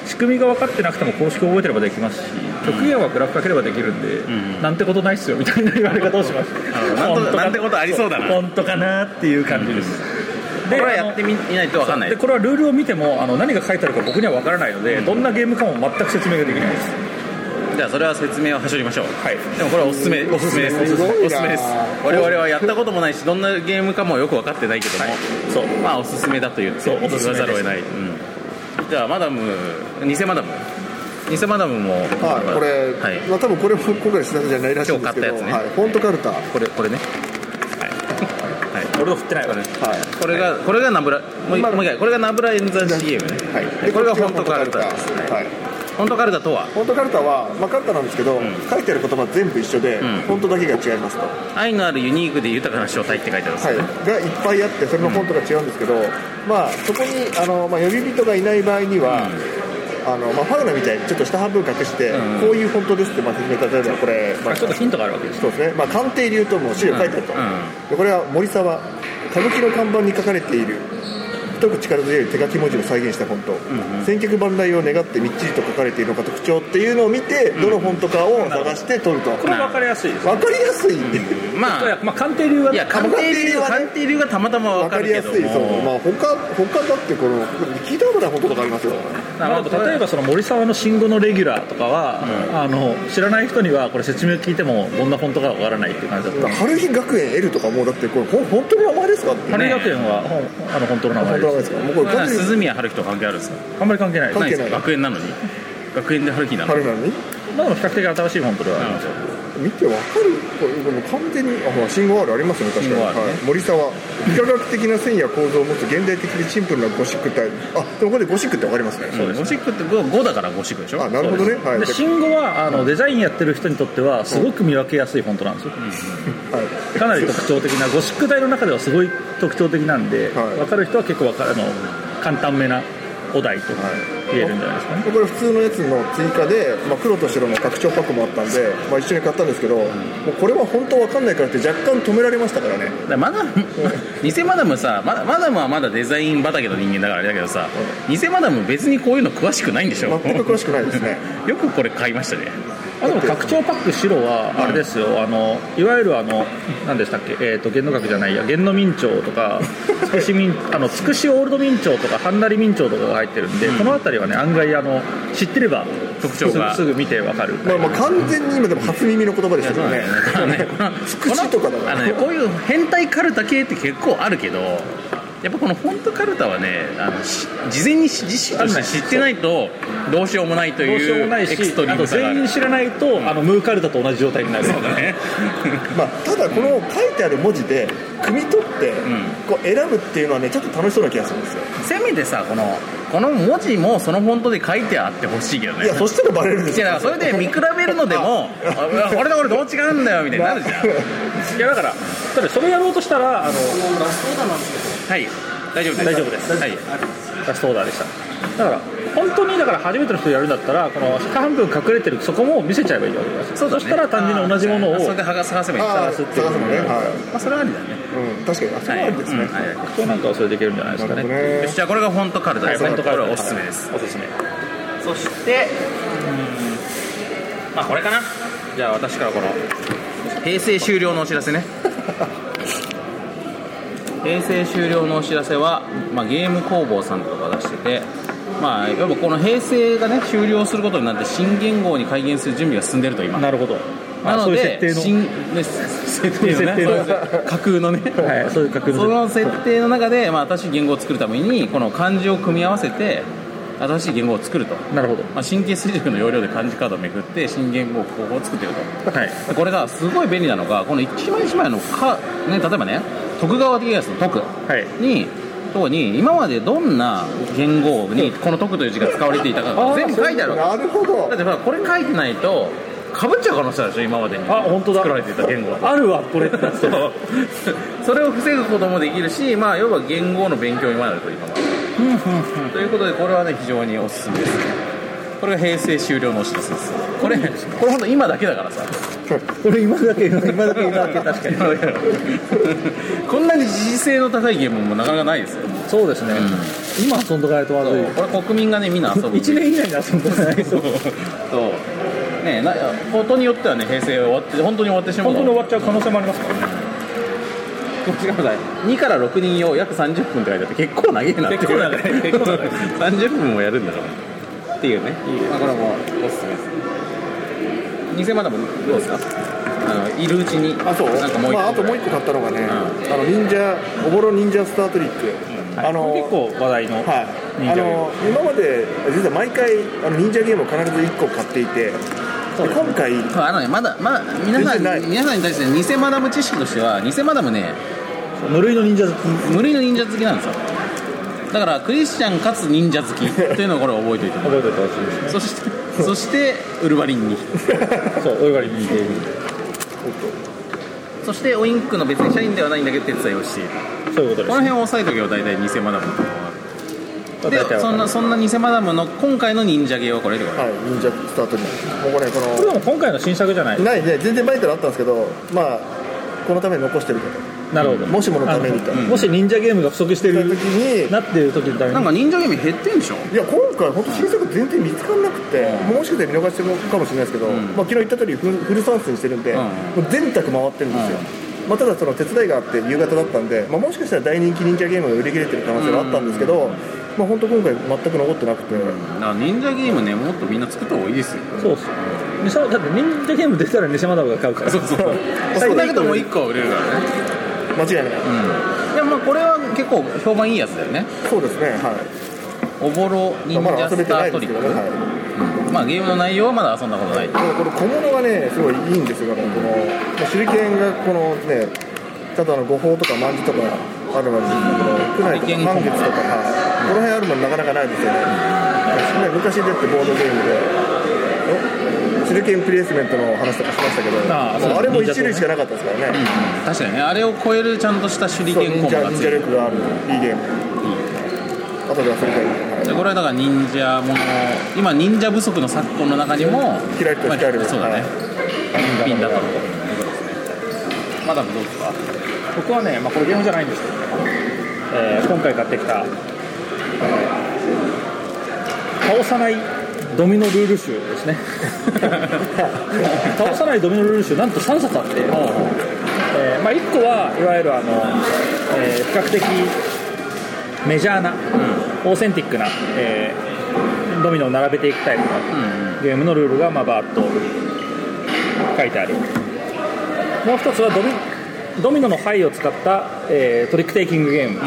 [SPEAKER 3] 仕組みが分かってなくても公式を覚えてればできますし極限はグラフかければできるんで、なんてことないっすよみたいな言われ方をし ました
[SPEAKER 2] なるほどなんと
[SPEAKER 3] 本当か
[SPEAKER 2] なんてことありそうだな
[SPEAKER 3] 本当かなっていう感じです、
[SPEAKER 2] これはやってみないとわかんない
[SPEAKER 3] でこれはルールを見てもあの何が書いてあるか僕には分からないので、どんなゲームかも全く説明ができないです、
[SPEAKER 2] じゃあそれは説明をはしょりましょう
[SPEAKER 3] はい、
[SPEAKER 2] でもこれはおすすめおすすめですお
[SPEAKER 4] すごいな
[SPEAKER 2] すすめです我々はやったこともないしどんなゲームかもよく分かってないけども
[SPEAKER 3] そう
[SPEAKER 2] まあおすすめだと言って
[SPEAKER 3] そう
[SPEAKER 2] 言わざるを得ないうんじゃあマダム偽マダム偽マダムも、
[SPEAKER 4] はい、これ、
[SPEAKER 2] はい、
[SPEAKER 4] まあ、多分これも今回の姿じゃないらしいんですけど、
[SPEAKER 2] 今日買ったや
[SPEAKER 4] は
[SPEAKER 2] つ
[SPEAKER 4] い
[SPEAKER 2] ね、
[SPEAKER 4] フォントカルタ、はい、
[SPEAKER 2] これこれねはい、はい、
[SPEAKER 3] 俺は振ってないから
[SPEAKER 2] これがこれがナブラもう一
[SPEAKER 4] まあ
[SPEAKER 2] もう一回これがナブラ演算 CM ね
[SPEAKER 4] はい、
[SPEAKER 2] でこれがフォントカルタ
[SPEAKER 4] こっちがフォントカルタはい、
[SPEAKER 2] フォントカルタとは
[SPEAKER 4] フォントカルタは、まあ、カルタなんですけど、書いてある言葉全部一緒で、
[SPEAKER 2] ん
[SPEAKER 4] フォントだけが違いますと、
[SPEAKER 2] 愛のあるユニークで豊かな正体って書いてあるんです
[SPEAKER 4] はい、
[SPEAKER 2] よね、
[SPEAKER 4] がいっぱいあってそれのフォントが違うんですけど、まあ、そこにあの、まあ、呼び人がいない場合には、あのまあ、ファウナみたいにちょっと下半分隠して、
[SPEAKER 2] うん
[SPEAKER 4] こういうフォントですって、まあ、説明例えばこれ、まあ、
[SPEAKER 3] ちょっとヒントがあるわけです
[SPEAKER 4] そうですね、まあ、官邸流とも資料書いてあると、
[SPEAKER 2] うんうん
[SPEAKER 4] でこれは森沢歌舞伎の看板に書かれている太く力強い手書き文字を再現したフォント、千客万来を願ってみっちりと書かれているのが特徴っていうのを見て、どのフォントかを探して取ると、
[SPEAKER 3] これ分かりやすいです
[SPEAKER 4] 分かりやすいんで、
[SPEAKER 2] まあ
[SPEAKER 3] まあ鑑定流はい
[SPEAKER 2] や鑑定流は鑑定流がたまたま
[SPEAKER 4] 分
[SPEAKER 2] 分
[SPEAKER 4] か
[SPEAKER 2] かる
[SPEAKER 4] りや
[SPEAKER 2] けど
[SPEAKER 4] すいそう、ま
[SPEAKER 2] も
[SPEAKER 4] あ、他他だってこの聞いたことないフォントとかありますよ
[SPEAKER 3] あと例えばその森沢の新語のレギュラーとかは、あの知らない人にはこれ説明聞いてもどんなフォントかわからないっていう感じだった
[SPEAKER 4] 春日学園 L とかもうだってこれほん本当の名前ですかって
[SPEAKER 3] 羽根学園はほんあの本当の名前
[SPEAKER 4] 本当の名前
[SPEAKER 3] で
[SPEAKER 4] ですすかもうこれ完全に
[SPEAKER 2] 鈴宮春樹と関係あるんですか
[SPEAKER 3] あんまり関係ないです
[SPEAKER 2] ない
[SPEAKER 4] 関係
[SPEAKER 2] で
[SPEAKER 4] ない
[SPEAKER 2] す学園なのに学園で春樹なのに
[SPEAKER 4] 春なのに
[SPEAKER 3] まあでも比較的新しいフォントではありますよ
[SPEAKER 4] 見てわかるこれでも完全にあほら信号あるありますね確かに、
[SPEAKER 3] 信号あるね
[SPEAKER 4] はい、森沢幾何学的な線や構造を持つ現代的でシンプルなゴシック体あでもこれでゴシックってわかりますね、
[SPEAKER 2] ゴシックって 5, だからゴシックでしょ
[SPEAKER 4] あなるほどね
[SPEAKER 2] そう
[SPEAKER 4] はい
[SPEAKER 3] で
[SPEAKER 4] で
[SPEAKER 3] 新語はあのデザインやってる人にとってはすごく見分けやすいフォントなんですよ
[SPEAKER 4] はい
[SPEAKER 3] かなり特徴的なゴシック体の中ではすごい特徴的なんで、
[SPEAKER 4] はい
[SPEAKER 3] 分かる人は結構わかあの簡単めなお題と言えるんじゃないですかね、
[SPEAKER 4] これ普通のやつの追加で、まあ、黒と白の拡張パックもあったんで、まあ、一緒に買ったんですけど、もうこれは本当わかんないからって若干止められましたからね
[SPEAKER 2] だからマダム偽マダムさマダマダムはまだデザイン畑の人間だからあれだけどさ偽マダム別にこういうの詳しくないんでしょ
[SPEAKER 4] 全く詳しくないですね
[SPEAKER 2] よくこれ買いましたね
[SPEAKER 3] あでも拡張パック白はあれですよ、あのいわゆるあの何でしたっけ、えー、と元の学じゃないや元の明朝とかつくし明あのつくしオールド明朝とかハンナリ明朝とかが入ってるんで、この辺りはね案外あの知ってれば
[SPEAKER 2] 特徴が
[SPEAKER 3] すぐすぐ見てわかる
[SPEAKER 4] まあ、まあ完全に今でも初耳の言葉でしたけどね
[SPEAKER 2] そうなんだよねだから ね
[SPEAKER 4] つくしとかだから
[SPEAKER 2] あのねこういう変態カルタ系って結構あるけどやっぱこのフォントカルタはねあのし事前にし自身として知ってないとどうしようもないと
[SPEAKER 3] どうしよう
[SPEAKER 2] い
[SPEAKER 3] も
[SPEAKER 2] う
[SPEAKER 3] な
[SPEAKER 2] エ
[SPEAKER 3] い
[SPEAKER 2] クスト
[SPEAKER 3] し
[SPEAKER 2] リ
[SPEAKER 3] あ
[SPEAKER 2] ー
[SPEAKER 3] と
[SPEAKER 2] ムさがあ
[SPEAKER 3] 全員
[SPEAKER 2] る
[SPEAKER 3] 知らないと、あのムーカルタと同じ状態になる
[SPEAKER 2] そうだね
[SPEAKER 4] まあ、ただこの書いてある文字で汲み取って
[SPEAKER 2] ん
[SPEAKER 4] こう選ぶっていうのはねちょっと楽しそうな気がするんですよ
[SPEAKER 2] せめてさこのこの文字もそのフォントで書いてあってほしいけどね
[SPEAKER 4] いやそしたらバレるんです
[SPEAKER 2] いや
[SPEAKER 4] よ
[SPEAKER 2] だからそれで見比べるのでもあ俺と俺どう違うんだよみたいになるじゃん
[SPEAKER 3] いやだからただそれやろうとしたらあの
[SPEAKER 2] はい大丈夫です
[SPEAKER 3] 大丈夫です
[SPEAKER 2] はい、
[SPEAKER 3] ラストオーダーでしただから本当にだから初めての人やるんだったらこの下半分隠れてるそこも見せちゃえばいいわけです
[SPEAKER 2] そうだね
[SPEAKER 3] したら単純に同じもの
[SPEAKER 2] あ
[SPEAKER 3] を
[SPEAKER 2] それで剥が探せばいい
[SPEAKER 4] あ
[SPEAKER 2] 探
[SPEAKER 4] あ
[SPEAKER 2] す
[SPEAKER 4] 探
[SPEAKER 2] って
[SPEAKER 4] す
[SPEAKER 2] いう
[SPEAKER 4] のね、は
[SPEAKER 2] まあそれはありだね
[SPEAKER 4] いうん、確かにあそうなんですね、
[SPEAKER 2] はいうんはい
[SPEAKER 3] 今日なんかはそれできるんじゃないですか
[SPEAKER 4] なる
[SPEAKER 3] ね
[SPEAKER 4] ほど
[SPEAKER 2] よ
[SPEAKER 4] ね
[SPEAKER 2] しじゃあこれがフォントカルタ
[SPEAKER 3] は
[SPEAKER 2] で
[SPEAKER 3] い
[SPEAKER 2] す、
[SPEAKER 3] フォントカルタ
[SPEAKER 2] これはおすすめです、
[SPEAKER 3] おすすめ
[SPEAKER 2] そしてまあこれかなじゃあ私からこの平成終了のお知ら せね平成終了のお知らせは、まあ、ゲーム工房さんとかが出しててまあ、やっぱこの平成がね終了することになって新元号に改元する準備が進んでると今
[SPEAKER 3] なるほど
[SPEAKER 2] なので
[SPEAKER 3] あそういう設定の
[SPEAKER 2] 新ね設定のね
[SPEAKER 3] 設定の
[SPEAKER 2] そうです架空のね
[SPEAKER 3] はいそういう確
[SPEAKER 2] そ
[SPEAKER 3] 認
[SPEAKER 2] の設定の中で、まあ、新しい言語を作るためにこの漢字を組み合わせて新しい言語を作ると、
[SPEAKER 3] なるほど
[SPEAKER 2] まあ、神経衰弱の要領で漢字カードをめくって新言語候補を作ってる
[SPEAKER 3] はい
[SPEAKER 2] とこれがすごい便利なのがこの一枚一枚のか、ね、例えばね徳川的やつの徳
[SPEAKER 3] はい
[SPEAKER 2] にとこに今までどんな言語にこの徳という字が使われていたかが全部書いてあるわ
[SPEAKER 4] なるほど
[SPEAKER 2] けだってほらこれ書いてないとかぶっちゃう可能性あるでしょ今までに
[SPEAKER 3] あ本当だ
[SPEAKER 2] 作られていた言語と
[SPEAKER 3] あるわこれ
[SPEAKER 2] そう それを防ぐこともできるし、まあ、要は言語の勉強にもなると今はということでこれはね非常におすすめですねこれが平成終了のお知らせですこれこれほんと今だけだからさ
[SPEAKER 3] これ今だけ今だけ今だけ確かに
[SPEAKER 2] 今だけだからこんなに時事性の高いゲームもなかなかないですよ
[SPEAKER 3] そうですね、今遊んどかないとま
[SPEAKER 2] そ
[SPEAKER 3] ず
[SPEAKER 2] う
[SPEAKER 3] い
[SPEAKER 2] これ国民がねみんな遊ぶ
[SPEAKER 3] 1年以内に遊んどかないと
[SPEAKER 2] そうねえなことによってはね平成終わって本当に終わってしまう
[SPEAKER 3] 本
[SPEAKER 2] かも
[SPEAKER 3] 当に終わっちゃう可能性もありますからね
[SPEAKER 2] こっちがまだ2から6人用約30分って書いてあって結構長いなっていう
[SPEAKER 3] 結構長い結構長い
[SPEAKER 2] 30分もやるんだからっていうねまあこれもおすすめです偽マダムどうですかあのいるうちに
[SPEAKER 4] あそう
[SPEAKER 2] なんかもう一個ぐらい、
[SPEAKER 4] まあ、あともう一個買ったのがね、あの忍者おぼろ忍者スタートリック、あ
[SPEAKER 3] これ
[SPEAKER 4] の
[SPEAKER 3] 結構話題の
[SPEAKER 4] はい
[SPEAKER 3] 忍者
[SPEAKER 4] あ
[SPEAKER 3] ゲーム
[SPEAKER 4] の今まで実は毎回あの忍者ゲームを必ず1個買っていてで今回
[SPEAKER 2] あのねまだまだ皆さ
[SPEAKER 4] 全然ない
[SPEAKER 2] ん皆さんに対して偽マダム知識としては偽マダムね
[SPEAKER 3] 無類の忍者好き
[SPEAKER 2] 無類の忍者好きなんですよだからクリスチャンかつ忍者好きというのをこれ覚えておいても
[SPEAKER 3] 覚えておいてほしいです
[SPEAKER 2] らうそしてそしてウルヴァリンに
[SPEAKER 3] そうお湯がりに似ている
[SPEAKER 2] そしてオインクの別に社員ではないんだけど手伝いをしている
[SPEAKER 3] そうい
[SPEAKER 2] こ
[SPEAKER 3] うことで
[SPEAKER 2] の
[SPEAKER 3] す
[SPEAKER 2] 辺を押さえとけば大体偽マダム
[SPEAKER 3] 大体わか
[SPEAKER 2] で
[SPEAKER 3] る
[SPEAKER 2] そんなそんな偽マダムの今回の忍者芸はこれでこれ
[SPEAKER 4] はい忍者スタートにもうこれこ
[SPEAKER 3] これでも今回の新作じゃない
[SPEAKER 4] のないね全然バイトルあったんですけどまあこのために残してるから
[SPEAKER 3] なるほど
[SPEAKER 4] もしものためにと
[SPEAKER 3] あのもし忍者ゲームが不足して
[SPEAKER 4] その
[SPEAKER 3] る
[SPEAKER 4] 時に
[SPEAKER 3] なっていう時のため
[SPEAKER 2] なん
[SPEAKER 3] に
[SPEAKER 2] か忍者ゲーム減ってんでしょ
[SPEAKER 4] いや今回本当新作全然見つからなくて、もしかしたら見逃してるかもしれないですけど、
[SPEAKER 2] ん
[SPEAKER 4] まあ、昨日言った通りフルフルサンスにしてるんで、
[SPEAKER 2] うん
[SPEAKER 4] もう全卓回ってるんですよ、まあ、ただその手伝いがあって夕方だったんで、まあ、もしかしたら大人気忍者ゲームが売り切れてる可能性があったんですけど、まあ、本当今回全く残ってなくて、
[SPEAKER 2] だから忍者ゲームねもっとみんな作った方がいいですよ
[SPEAKER 3] そうっす西山だって忍者ゲーム出たら西山ダブが買うから
[SPEAKER 2] そうそう
[SPEAKER 4] そう
[SPEAKER 2] 少なくとも1個は売れるからね
[SPEAKER 4] 間違いない、
[SPEAKER 2] うんいやまあこれは結構評判いいやつだよね
[SPEAKER 4] そうですねはい
[SPEAKER 2] おぼろ忍
[SPEAKER 4] まだ
[SPEAKER 2] 者
[SPEAKER 4] 遊べ
[SPEAKER 2] ス
[SPEAKER 4] て
[SPEAKER 2] タ
[SPEAKER 4] ない
[SPEAKER 2] ー
[SPEAKER 4] で
[SPEAKER 2] トリ
[SPEAKER 4] すけ
[SPEAKER 2] ッ
[SPEAKER 4] ど
[SPEAKER 2] ク、
[SPEAKER 4] ね、はい
[SPEAKER 2] まあゲームの内容はまだ遊んだことない
[SPEAKER 4] でもこの小物がねすごいいいんですよだからこの、まあ、手裏剣がこのねただの誤報とか万字とかあるのに区内と
[SPEAKER 2] 手裏剣
[SPEAKER 4] か満月とか、はいこの辺あるのなかなかないですよね、ね昔出てボードゲームでお手裏剣プレイスメントの話とかしましたけど
[SPEAKER 3] ああ
[SPEAKER 4] もう
[SPEAKER 3] そう
[SPEAKER 4] あれも
[SPEAKER 3] 忍者
[SPEAKER 4] 一類しかなかったですからね、
[SPEAKER 2] 確かにねあれを超えるちゃんとした手裏
[SPEAKER 4] そう
[SPEAKER 2] 剣
[SPEAKER 4] 忍
[SPEAKER 2] コンボ
[SPEAKER 4] 者
[SPEAKER 2] が
[SPEAKER 4] 忍
[SPEAKER 2] つい
[SPEAKER 4] 者
[SPEAKER 2] てる
[SPEAKER 4] 力があるいいゲーム後で遊びたいはい
[SPEAKER 2] でこれはだから忍者もの今忍者不足の昨今の中にも
[SPEAKER 4] キラリと光る
[SPEAKER 2] まあそうだね
[SPEAKER 3] い
[SPEAKER 2] ピンだと思うまだどうですか
[SPEAKER 3] 僕はね、まあ、これゲームじゃないんですけど、えー今回買ってきた、えー倒さないドミノルール集ですね倒さないドミノルール集なんと3冊あって、えーまあ、1個はいわゆるあの、えー比較的メジャーな、オーセンティックな、えードミノを並べていくタイプの
[SPEAKER 2] うん
[SPEAKER 3] ゲームのルールがまあバーッと書いてあるもう一つはドミドミノの牌を使った、えートリックテイキングゲーム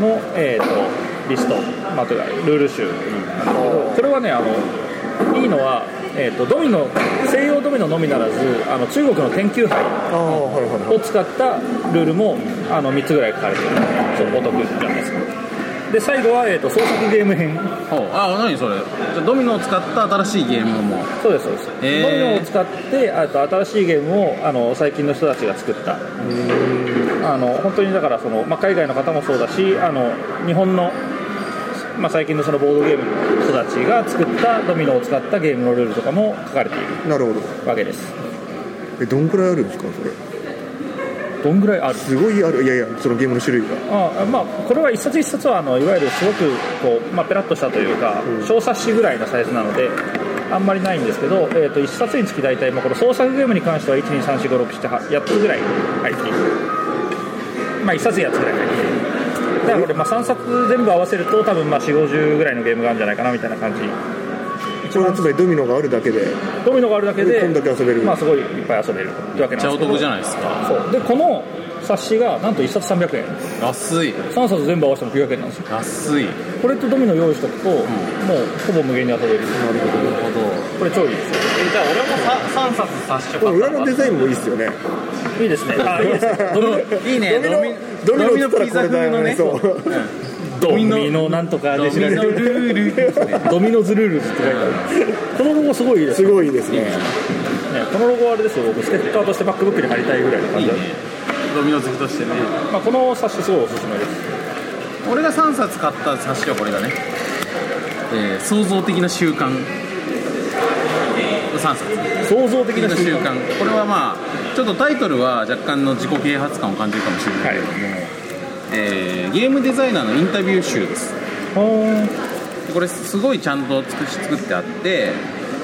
[SPEAKER 3] の、えーとリスト、まあ、というかルール集なんだけどこれはねあのいいのは、えー、とドミノ西洋ドミノのみならずあの中国の天球杯
[SPEAKER 4] ああはいはいはい
[SPEAKER 3] を使ったルールもあの3つぐらい書かれてるちょっとお得じゃないですかで最後は、えー、と創作ゲーム編
[SPEAKER 2] ほうあ何それじゃあドミノを使った新しいゲームも
[SPEAKER 3] そうですそうです、
[SPEAKER 2] へー
[SPEAKER 3] ドミノを使ってあと新しいゲームをあの最近の人たちが作ったあの本当にだからその、まあ、海外の方もそうだしあの日本の、まあ、最近のそのボードゲームの人たちが作ったドミノを使ったゲームのルールとかも書かれている
[SPEAKER 4] なるほど
[SPEAKER 3] わけです
[SPEAKER 4] えどんくらいあるんですかそれ
[SPEAKER 3] どんぐらいある
[SPEAKER 4] すごいあるいやいやそのゲームの種類が
[SPEAKER 3] あまあ、これは一冊一冊はあのいわゆるすごくこう、まあ、ペラッとしたというか、小冊子ぐらいのサイズなのであんまりないんですけど、えー、と一冊につき大体、まあ、この創作ゲームに関しては123456788つぐらい入っている、まあ、1冊8つぐらい入っているだからこれ、まあ、3冊全部合わせると多分まあ4 5 0ぐらいのゲームがあるんじゃないかなみたいな感じ
[SPEAKER 4] これつまりドミノがあるだけで
[SPEAKER 3] ドミノがあるだけで
[SPEAKER 4] こんだけ遊べる
[SPEAKER 3] まあ、すごいいっぱい遊べるってわけなんですけ
[SPEAKER 2] めっちゃ
[SPEAKER 3] ど
[SPEAKER 2] お得じゃないですか
[SPEAKER 3] そうでこの冊子がなんと1冊300円
[SPEAKER 2] 安い
[SPEAKER 3] 3冊全部合わせても900円なんですよ
[SPEAKER 2] 安いなる
[SPEAKER 3] これとドミノ用意しとくと、もうほぼ無限に遊べる
[SPEAKER 2] ほど
[SPEAKER 3] これ超いいです
[SPEAKER 2] じゃあ俺も 3, 冊冊子買
[SPEAKER 4] この裏のデザインもいいっすよね
[SPEAKER 3] いいですねあいいで すねドミノ
[SPEAKER 2] いいね
[SPEAKER 4] ドミノドミノっつったらこれだよね
[SPEAKER 2] ドミノピザ風のね
[SPEAKER 4] そう
[SPEAKER 3] ド
[SPEAKER 2] ミ
[SPEAKER 3] ミ
[SPEAKER 2] ノ
[SPEAKER 3] ノなんとか
[SPEAKER 2] ド
[SPEAKER 3] で知
[SPEAKER 2] ミ
[SPEAKER 3] られ
[SPEAKER 2] ノ
[SPEAKER 3] てる
[SPEAKER 2] ルールですね
[SPEAKER 3] ドミノズルールズって書いてあるこのロゴすごいいいです
[SPEAKER 4] す
[SPEAKER 3] ね
[SPEAKER 4] ごいですね
[SPEAKER 3] このロゴはあれですよ僕ステッカーとしてバックブックに貼りたいぐらいの感
[SPEAKER 2] いい
[SPEAKER 3] じ
[SPEAKER 2] ね
[SPEAKER 3] なんで
[SPEAKER 2] ドミノ好きとしてね
[SPEAKER 3] まあ、この冊子すごいおすすめです
[SPEAKER 2] 俺が3冊買った冊子はこれだね、えー創造的な習慣3冊
[SPEAKER 3] 創造的
[SPEAKER 2] 的
[SPEAKER 3] な
[SPEAKER 2] な習
[SPEAKER 3] 習慣
[SPEAKER 2] 慣これはまあちょっとタイトルは若干の自己啓発感を感じるかもしれないけれども、えーゲームデザイナーのインタビュー集ですでこれすごいちゃんと作し作ってあって、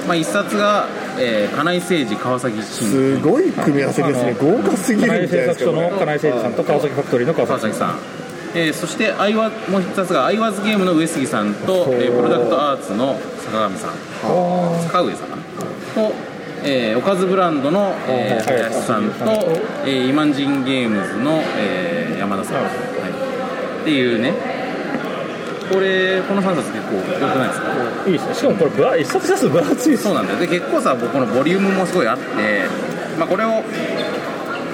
[SPEAKER 2] まあ、1冊が、えー金井誠二川崎慎
[SPEAKER 4] すごい組み合わせですね豪華すぎ
[SPEAKER 3] 金
[SPEAKER 4] る
[SPEAKER 3] 井
[SPEAKER 4] んじゃ
[SPEAKER 3] 製
[SPEAKER 4] ないで
[SPEAKER 3] 作
[SPEAKER 4] すか
[SPEAKER 3] 所
[SPEAKER 4] こ
[SPEAKER 3] の
[SPEAKER 4] れ
[SPEAKER 3] 金井誠二さんと川崎ファクトリーの川
[SPEAKER 2] 川
[SPEAKER 3] 崎さん
[SPEAKER 2] 崎さん、えーそしてアイワもう1つがアイワズゲームの上杉さんと、えープロダクトアーツの坂上さん坂上さんかなと、えーおかずブランドの、えー
[SPEAKER 3] はい
[SPEAKER 2] 林さんと、えーイマンジンゲームズの、えー山田さん、はいっていうねこれこの3冊結構良くないですか
[SPEAKER 3] いいですねしかもこれブラ一冊出すと分厚いです
[SPEAKER 2] そうなんだよで結構さこのボリュームもすごいあって、まあ、これを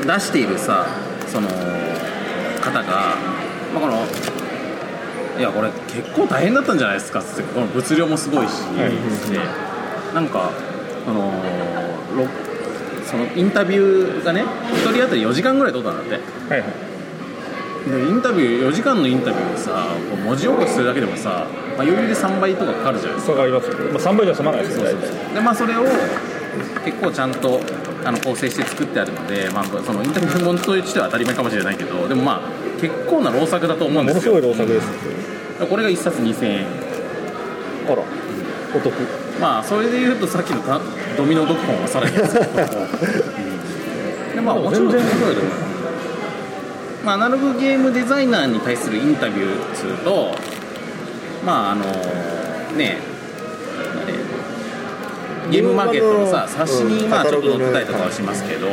[SPEAKER 2] 出しているさその方が、まあ、このいやこれ結構大変だったんじゃないですかっつってこの物量もすごいし、でなんかこのろそのインタビューがね1人当たり4時間ぐらい取ったんだって
[SPEAKER 3] はいはい
[SPEAKER 2] でインタビュー4時間のインタビューをさこう文字起こしするだけでもさ、まあ、余裕で3倍とかかかるじゃないですか
[SPEAKER 3] そうかありますよ、まあ、3倍じゃ済まないですよ大体
[SPEAKER 2] でまあそれを結構ちゃんとあの構成して作ってあるので、まあ、そのインタビュー本としては当たり前かもしれないけどでもまあ結構な労作だと思うん
[SPEAKER 3] も
[SPEAKER 2] で
[SPEAKER 3] の
[SPEAKER 2] す
[SPEAKER 3] すご
[SPEAKER 2] よ
[SPEAKER 3] い労作ですね
[SPEAKER 2] これが1冊2000円
[SPEAKER 3] あらお得
[SPEAKER 2] まあそれでいうとさっきのたドミノ読本はさらにですけど、うんでまあもちろん面白いと思うまあアナログゲームデザイナーに対するインタビューっつうとまああのねあれゲームマーケットのさ
[SPEAKER 4] ゲームマの
[SPEAKER 2] 冊子に
[SPEAKER 4] うん
[SPEAKER 2] まあ
[SPEAKER 4] カ
[SPEAKER 2] ち
[SPEAKER 4] タ
[SPEAKER 2] ょ
[SPEAKER 4] ロ
[SPEAKER 2] っ
[SPEAKER 4] グ
[SPEAKER 2] と
[SPEAKER 4] の
[SPEAKER 2] 載ってたりとかはしますけど、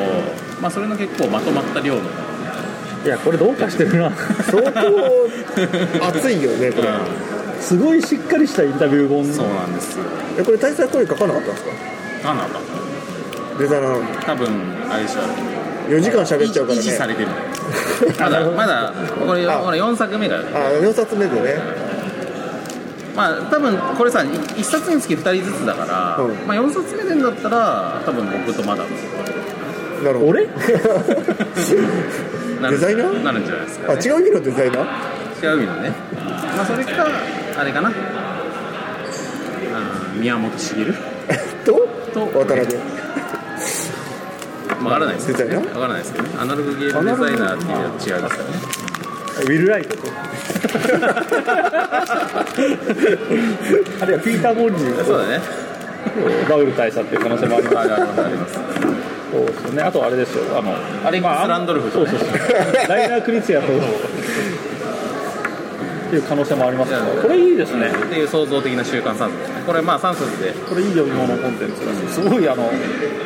[SPEAKER 2] まあそれの結構まとまった量の
[SPEAKER 3] いやこれどうかしてるな
[SPEAKER 4] 相当熱いよねこれ、
[SPEAKER 3] すごいしっかりしたインタビュー本
[SPEAKER 2] そうなんですよ
[SPEAKER 4] えこれ大佐声書かなかったんですか
[SPEAKER 2] あなんだ
[SPEAKER 4] デザイナーなのに
[SPEAKER 2] 多分あれでしょ
[SPEAKER 4] 4時間喋っちゃうから
[SPEAKER 2] 維持さ
[SPEAKER 4] ね
[SPEAKER 2] れてるんだよまだまだこれ
[SPEAKER 4] あ
[SPEAKER 2] これ4作目が
[SPEAKER 4] あ4冊目でね
[SPEAKER 2] まあ多分これさ1冊につき2人ずつだから、
[SPEAKER 4] うん
[SPEAKER 2] まあ、4冊目でんだったら多分僕とまだ
[SPEAKER 4] なるほど
[SPEAKER 3] 俺
[SPEAKER 2] なる
[SPEAKER 4] デザイナー
[SPEAKER 2] なるんじゃないですか、
[SPEAKER 4] あ
[SPEAKER 2] ね、
[SPEAKER 4] 違う日のデザイナー
[SPEAKER 2] 違う意味のね、まあ、それかあれかなあの宮本茂
[SPEAKER 4] と
[SPEAKER 2] と
[SPEAKER 4] 渡辺
[SPEAKER 2] わからないですけど、ね、
[SPEAKER 4] デザ
[SPEAKER 2] わから
[SPEAKER 4] イナー
[SPEAKER 2] ないですけどねアナログゲームデザイナーっていうのは違うんですよね
[SPEAKER 3] ウィル・ライトとあるいはピーター・ボールジー
[SPEAKER 2] そうだね
[SPEAKER 3] ラウル大佐っていう可能性もありま
[SPEAKER 2] あ
[SPEAKER 3] す
[SPEAKER 2] るありますあります
[SPEAKER 3] そうですよねあとあれですよあの
[SPEAKER 2] アレックス・ランドルフと、ね
[SPEAKER 3] ライナー・クリツヤとっていう可能性もありますねこれいいですね
[SPEAKER 2] っていう創造的な週刊3冊ですねこれまあ3冊で
[SPEAKER 3] これいい読み物コンテンツだしすごいあの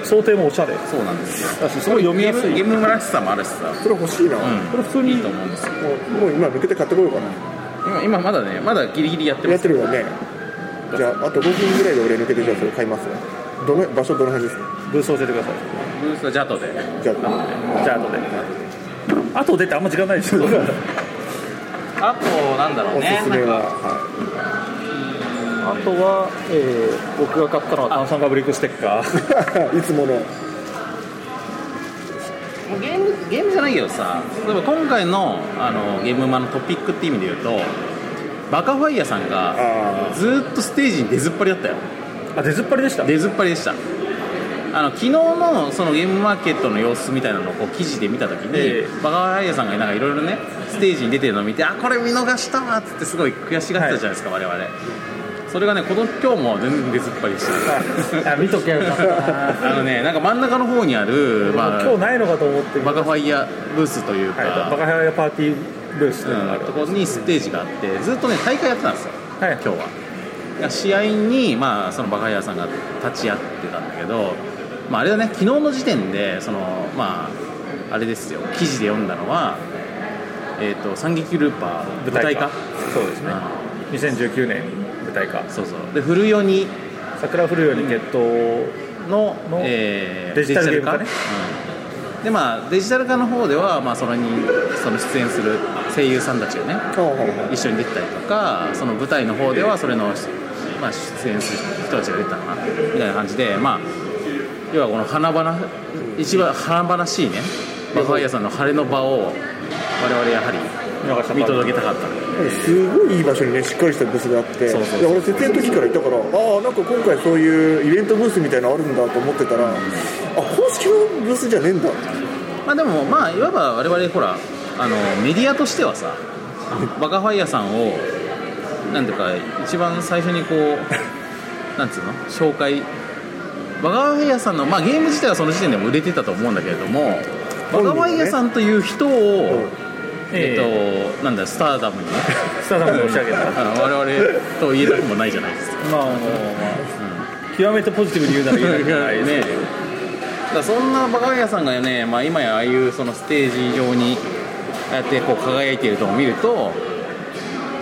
[SPEAKER 3] 想定もおしゃれ
[SPEAKER 2] そうなんですよ
[SPEAKER 3] だしすごい読み
[SPEAKER 2] ゲ
[SPEAKER 3] やす
[SPEAKER 2] ーム
[SPEAKER 3] い
[SPEAKER 2] ゲームらしさもあるしさ
[SPEAKER 4] それ欲しいな、
[SPEAKER 3] これ普通にいい
[SPEAKER 2] と思うんですよ
[SPEAKER 4] もうもう今抜けて買ってこようかな
[SPEAKER 2] 今今まだねまだギリギリやってま
[SPEAKER 4] や
[SPEAKER 2] す
[SPEAKER 4] ってるよねじゃああと5分ぐらいで俺抜けてじゃあそれ買いますねどの場所どの辺ですか
[SPEAKER 3] ブース教えてください
[SPEAKER 2] ブースはジャトで
[SPEAKER 4] じゃあ
[SPEAKER 3] じゃあ後で後でってあんま時間ないですよ
[SPEAKER 2] あ
[SPEAKER 3] あ
[SPEAKER 2] となんだろう
[SPEAKER 4] おす
[SPEAKER 2] ね
[SPEAKER 4] すめは、
[SPEAKER 2] なんか
[SPEAKER 4] は
[SPEAKER 3] とは、えー僕が買ったのは炭酸ガブリックステッカー
[SPEAKER 4] い、いつもの
[SPEAKER 2] もうゲームゲームじゃないけどさ例えば今回のあのゲームマンのトピックって意味で言うとバカファイヤーさんが
[SPEAKER 4] あ
[SPEAKER 2] ずーっとステージに出ずっぱりだったよ
[SPEAKER 3] あ出ずっぱりでした
[SPEAKER 2] 出ずっぱりでしたあの昨日のそのゲームマーケットの様子みたいなのをこう記事で見た時に、
[SPEAKER 3] え
[SPEAKER 2] バカファイヤーさんがなんかいろいろねステージに出てるのを見てあこれ見逃したわっつってすごい悔しがってたじゃないですか、我々それがねこの今日も全然出ずっぱりでした
[SPEAKER 3] あ見とけよかったな
[SPEAKER 2] あのね、なんか真ん中の方にある、まあ
[SPEAKER 3] 今、日ないのかと思って
[SPEAKER 2] バカファイヤーブースというか、
[SPEAKER 3] はい、バカハヤパーティーブースというのがあ
[SPEAKER 2] う
[SPEAKER 3] る
[SPEAKER 2] ん、ところにステージがあって、ずっとね、大会やってたんですよ、
[SPEAKER 3] はい
[SPEAKER 2] 今日は。いや試合に、まあ、そのバカファイヤーさんが立ち会ってたんだけど、まあ、あれだね、昨日の時点で、そのまあ、あれですよ、記事で読んだのは、えー、と三撃ルーパー、舞台化。
[SPEAKER 3] そうですね2019年舞台化
[SPEAKER 2] そうそうで古世に
[SPEAKER 3] 桜降るように決闘
[SPEAKER 2] の
[SPEAKER 3] の
[SPEAKER 2] えー
[SPEAKER 3] デジタルゲーム化
[SPEAKER 2] デジタ
[SPEAKER 3] ね
[SPEAKER 2] ル化うんでまあ、デジタル化の方では、まあ、それにその出演する声優さんたちがね
[SPEAKER 4] あはいはい
[SPEAKER 2] 一緒に出てたりとかその舞台の方ではそれの、まあ、出演する人たちが出てたのかなみたいな感じで、まあ、要はこの華々一番華々しいねバカイヤさんの晴れの場を我々やはり
[SPEAKER 3] 逃した
[SPEAKER 2] 見届けたかった
[SPEAKER 4] すごいいい場所にねしっかりしたブースがあって
[SPEAKER 2] そうそうそう
[SPEAKER 4] で俺設営の時から行ったからああなんか今回そういうイベントブースみたいなのあるんだと思ってたらあ公式のブースじゃねえんだ
[SPEAKER 2] まあでもまあいわば我々ほらあのメディアとしてはさバカファイヤーさんをなんていうか一番最初にこうなんつうの紹介バカファイヤーさんのまあゲーム自体はその時点でも売れてたと思うんだけれどもバカファイヤーさんという人を、え
[SPEAKER 3] え
[SPEAKER 2] っとなんだスターダムにね
[SPEAKER 3] ースターダムを押し上げた
[SPEAKER 2] あの我々と言えなくもないじゃないですか
[SPEAKER 3] まああの極めてポジティブに言うなら言えなくはない です
[SPEAKER 2] ねだからそんなバカヤさんがね、まあ、今やああいうそのステージ上にああやってこう輝いているとを見ると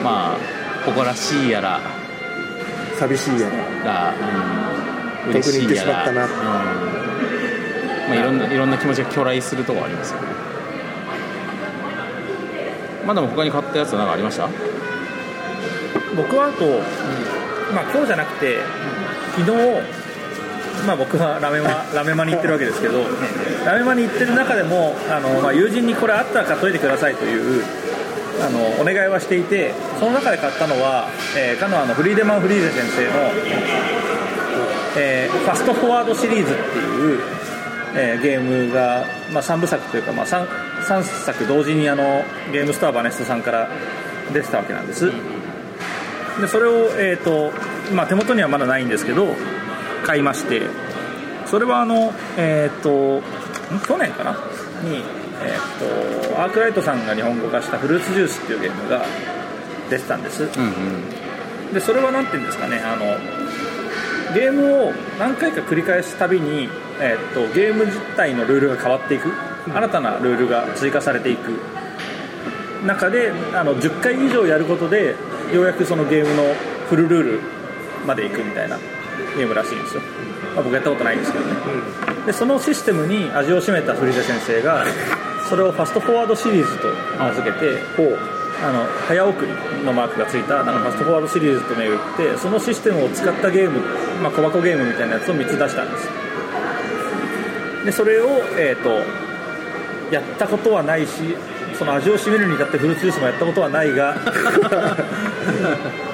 [SPEAKER 2] まあ誇らしいやら
[SPEAKER 4] 寂しいやら
[SPEAKER 2] が、うん、嬉しいやら
[SPEAKER 4] 遠くに行ってしまったな
[SPEAKER 2] うんまあ、いろんないろんな気持ちが去来するとこはありますよねまあでも他に買ったやつは何かありました
[SPEAKER 3] 僕はあと、まあ今日じゃなくて、昨日まあ僕はラメマラメマに行ってるわけですけど、ラメマに行ってる中でもあのまあ友人にこれあったら買っといてくださいという。あのお願いはしていてその中で買ったのは、えー、カノアのフリーデマン・フリーゼ先生の、えーファストフォワード」シリーズっていう、えーゲームが、まあ、3部作というか、まあ、3, 3作同時にあのゲームスターバネストさんから出てたわけなんです、でそれを、えーとまあ、手元にはまだないんですけど買いましてそれはあの、えー、とん去年かなに、えー、とアークライトさんが日本語化した「フルーツジュース」っていうゲームが出てたんです
[SPEAKER 2] うんうん
[SPEAKER 3] でそれは何て言うんですかねあのゲームを何回か繰り返すたびに、えー、とゲーム自体のルールが変わっていく新たなルールが追加されていく中であの10回以上やることでようやくそのゲームのフルルールまでいくみたいなゲームらしいんですよ、まあ、僕やったことないんですけどね、でそのシステムに味を占めたフリーザ先生がそれをファストフォワードシリーズと名付けてあの早送りのマークがついたなんかファストフォワードシリーズと銘打ってそのシステムを使ったゲーム、まあ、小箱ゲームみたいなやつを3つ出したんですでそれを、えー、とやったことはないしその味を占めるに至ってフルーツジュースもやったことはないが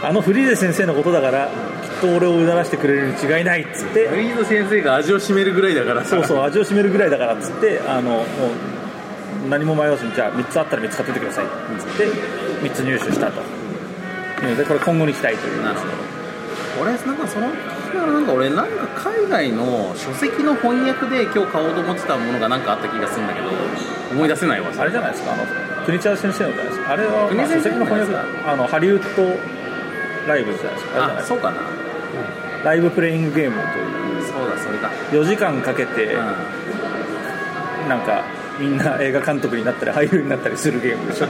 [SPEAKER 3] あのフリーゼ先生のことだからきっと俺をうならしてくれるに違いないっつって
[SPEAKER 2] フリード先生が味を占めるぐらいだから
[SPEAKER 3] そうそう味を占めるぐらいだからっつってあのもう何も迷わずにじゃあ3つあったら3つ買っててくださいっつって3つ入手したというのでこれ今後に期待という
[SPEAKER 2] なるほど俺なんかその聞きながらなんか俺なんか海外の書籍の翻訳で今日買おうと思ってたものがなんかあった気がするんだけど思い出せないわそ
[SPEAKER 3] あ
[SPEAKER 2] れ
[SPEAKER 3] れじゃないですかあの国千先生のじゃないですかあれは、まあ、書
[SPEAKER 2] 国千
[SPEAKER 3] 籍
[SPEAKER 2] 先生の
[SPEAKER 3] の翻
[SPEAKER 2] やつ
[SPEAKER 3] 訳あのハリウッドライブじゃないですかあれじゃない
[SPEAKER 2] あ
[SPEAKER 3] です
[SPEAKER 2] そうかな
[SPEAKER 3] かライブプレイングゲームと
[SPEAKER 2] そうだそれだ、
[SPEAKER 3] いう4時間かけて、
[SPEAKER 2] う
[SPEAKER 3] なんかみんな映画監督になったり俳優になったりするゲー ムでしょ
[SPEAKER 2] ん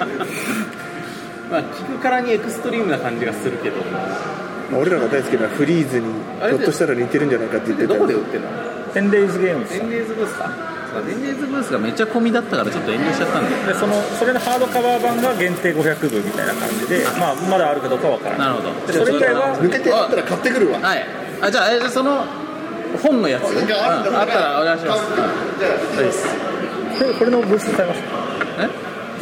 [SPEAKER 2] まあ、聞くからにエクストリームな感じがするけど
[SPEAKER 4] まあ俺らが大好きなフリーズに
[SPEAKER 2] あれ
[SPEAKER 4] ひょっとしたら似てるんじゃないかって言ってた
[SPEAKER 2] どこで売ってるの
[SPEAKER 3] 10days ゲームです
[SPEAKER 2] エンデーズブースかそうかエンデーズブースがめっちゃ混みだったからちょっと遠慮しちゃったんだよ
[SPEAKER 3] でそのそれのハードカバー版が限定500部みたいな感じで、まあ、まだあるかどうかわからな
[SPEAKER 2] な
[SPEAKER 3] い
[SPEAKER 2] るほど
[SPEAKER 3] でそれ以外は
[SPEAKER 4] 抜けてあったら買ってくるわ
[SPEAKER 2] はいあじゃあえじゃあその本のやつ、うん、あったらお願いします、うん、です
[SPEAKER 3] これこれのブース伝えました
[SPEAKER 2] え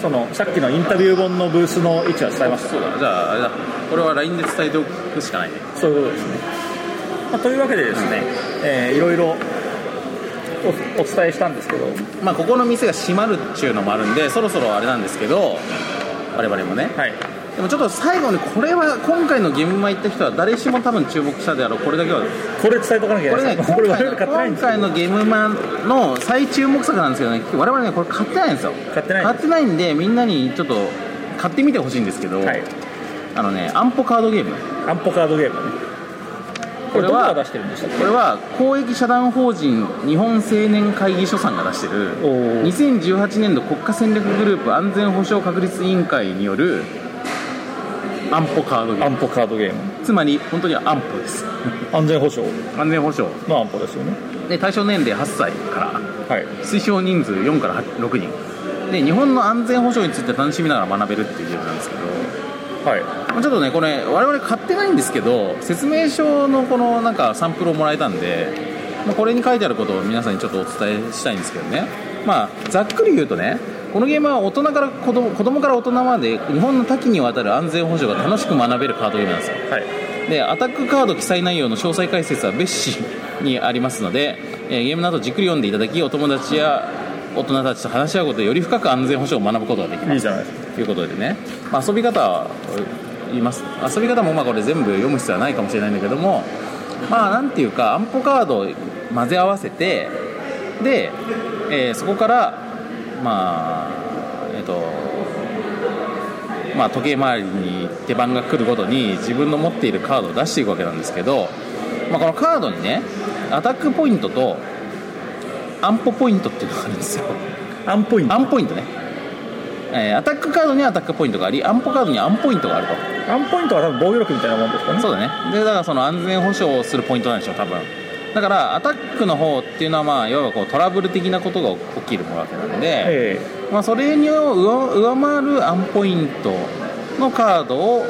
[SPEAKER 3] そのさっきのインタビュー本のブースの位置は伝えまし
[SPEAKER 2] そうだじゃああれだこれは LINE で伝えておくしかないね
[SPEAKER 3] たそういうことですね、まあ、というわけでですね、えーいろいろおお伝えしたんですけど
[SPEAKER 2] まあここの店が閉まるっちゅうのもあるんでそろそろあれなんですけど我々もね
[SPEAKER 3] はい
[SPEAKER 2] でもちょっと最後にこれは今回の現場行った人は誰しも多分注目したであろうこれだけは
[SPEAKER 3] これ伝えとかなきゃい
[SPEAKER 2] こ
[SPEAKER 3] け
[SPEAKER 2] れ
[SPEAKER 3] な
[SPEAKER 2] ね
[SPEAKER 3] いです
[SPEAKER 2] 今
[SPEAKER 3] これ我
[SPEAKER 2] 回
[SPEAKER 3] 々買ってないん
[SPEAKER 2] の今
[SPEAKER 3] ですよ
[SPEAKER 2] 回のゲームマンの最注目作なんですけどね我々ねこれ買ってないんですよ
[SPEAKER 3] 買ってないん
[SPEAKER 2] 買
[SPEAKER 3] で
[SPEAKER 2] ってないんでみんなにちょっと買ってみてほしいんですけど、
[SPEAKER 3] はい
[SPEAKER 2] あのね安保カードゲーム
[SPEAKER 3] アンポカードゲームね
[SPEAKER 2] こ
[SPEAKER 3] これ
[SPEAKER 2] れ
[SPEAKER 3] どこ
[SPEAKER 2] は
[SPEAKER 3] が出してるんでしたっ
[SPEAKER 2] これは公益社団法人日本青年会議所さんが出してる
[SPEAKER 3] おー
[SPEAKER 2] 2018年度国家戦略グループ安全保障確立委員会による安保カードゲ
[SPEAKER 3] け
[SPEAKER 2] ー
[SPEAKER 3] ア
[SPEAKER 2] ム
[SPEAKER 3] ンポカードゲーム
[SPEAKER 2] つまり本当に安保です
[SPEAKER 3] 安全保障
[SPEAKER 2] 安全保障
[SPEAKER 3] の安保ですよね
[SPEAKER 2] で対象年齢8歳から
[SPEAKER 3] はい
[SPEAKER 2] 推奨人数4から6人で日本の安全保障について楽しみながら学べるっていうゲームなんですけど
[SPEAKER 3] はい
[SPEAKER 2] まあちょっとねこれ我々買ってないんですけど説明書のこのなんかサンプルをもらえたんで、まあ、これに書いてあることを皆さんにちょっとお伝えしたいんですけどねまあざっくり言うとねこのゲームは大人から子供子供から大人まで日本の多岐にわたる安全保障が楽しく学べるカードゲームなんですよ
[SPEAKER 3] はい
[SPEAKER 2] でアタックカード記載内容の詳細解説は別紙にありますので、えーゲームなどじっくり読んでいただきお友達や大人たちと話し合うことでより深く安全保障を学ぶことができます
[SPEAKER 3] いいじゃないですか
[SPEAKER 2] ということでね、まあ、遊び方は言います遊び方もまあこれ全部読む必要はないかもしれないんだけどもまあなんていうか安保カードを混ぜ合わせてで、えーそこからまあえっ、とまあ、時計回りに手番が来るごとに自分の持っているカードを出していくわけなんですけど、まあ、このカードにねアタックポイントと安保ポイントっていうのがあるんですよ
[SPEAKER 3] アンポイント
[SPEAKER 2] 安ポイントねえーアタックカードにはアタックポイントがありアンポカードにはアンポイントがあると
[SPEAKER 3] アンポイントは多分防御力みたいなもんですかね
[SPEAKER 2] そうだねでだからその安全保障をするポイントなんでしょう多分だからアタックの方っていうのはまあいわばこうトラブル的なことが起きるわけなので、
[SPEAKER 3] え
[SPEAKER 2] まあ、それにを上上回るアンポイントのカードを、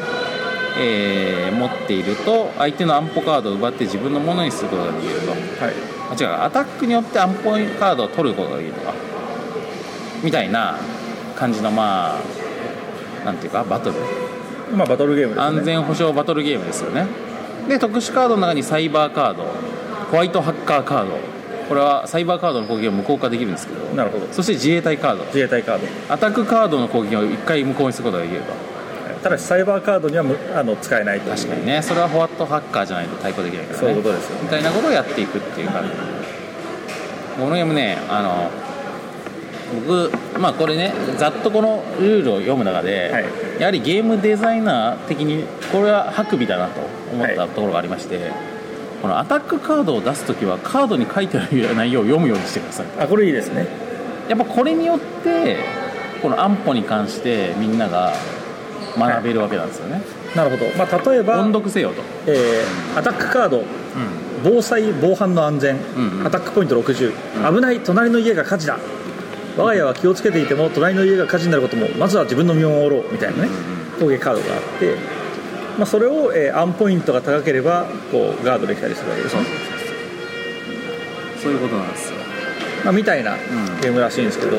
[SPEAKER 2] えー持っていると相手のアンポカードを奪って自分のものにすることができると
[SPEAKER 3] えはい
[SPEAKER 2] あ違うアタックによってアンポイントカードを取ることができるとかみたいな感じのまあなんていうかバトル
[SPEAKER 3] まあバトルゲームですね
[SPEAKER 2] 安全保障バトルゲームですよねで特殊カードの中にサイバーカードホワイトハッカーカードこれはサイバーカードの攻撃を無効化できるんですけど
[SPEAKER 3] なるほど
[SPEAKER 2] そして自衛隊カード
[SPEAKER 3] 自衛隊カード
[SPEAKER 2] アタックカードの攻撃を1回無効にすることができれば
[SPEAKER 3] ただしサイバーカードにはむあの使えないと
[SPEAKER 2] 確かにねそれはホワットハッカーじゃないと対抗できないからね
[SPEAKER 3] そういうことですよね
[SPEAKER 2] みたいなことをやっていくっていう感じこのゲームねあの僕まあこれねざっとこのルールを読む中で、
[SPEAKER 3] はい
[SPEAKER 2] やはりゲームデザイナー的にこれはハクビだなと思った
[SPEAKER 3] は
[SPEAKER 2] ところがありまして、このアタックカードを出すときはカードに書いてある内容を読むようにしてください
[SPEAKER 3] あこれいいですね
[SPEAKER 2] やっぱこれによってこの安保に関してみんなが学べるわけなんですよね、
[SPEAKER 3] なるほど、まあ、例えば
[SPEAKER 2] 音、読せよと、
[SPEAKER 3] えーアタックカード防災防犯の安全、
[SPEAKER 2] んうん
[SPEAKER 3] アタックポイント60、危ない隣の家が火事だ我が家は気をつけていても隣の家が火事になることもまずは自分の身を守ろうみたいなね攻撃カードがあって、まあ、それを、えーアンポイントが高ければこうガードできたりするわけですね、
[SPEAKER 2] そういうことなんですよ
[SPEAKER 3] まあ、みたいなゲームらしいんですけど、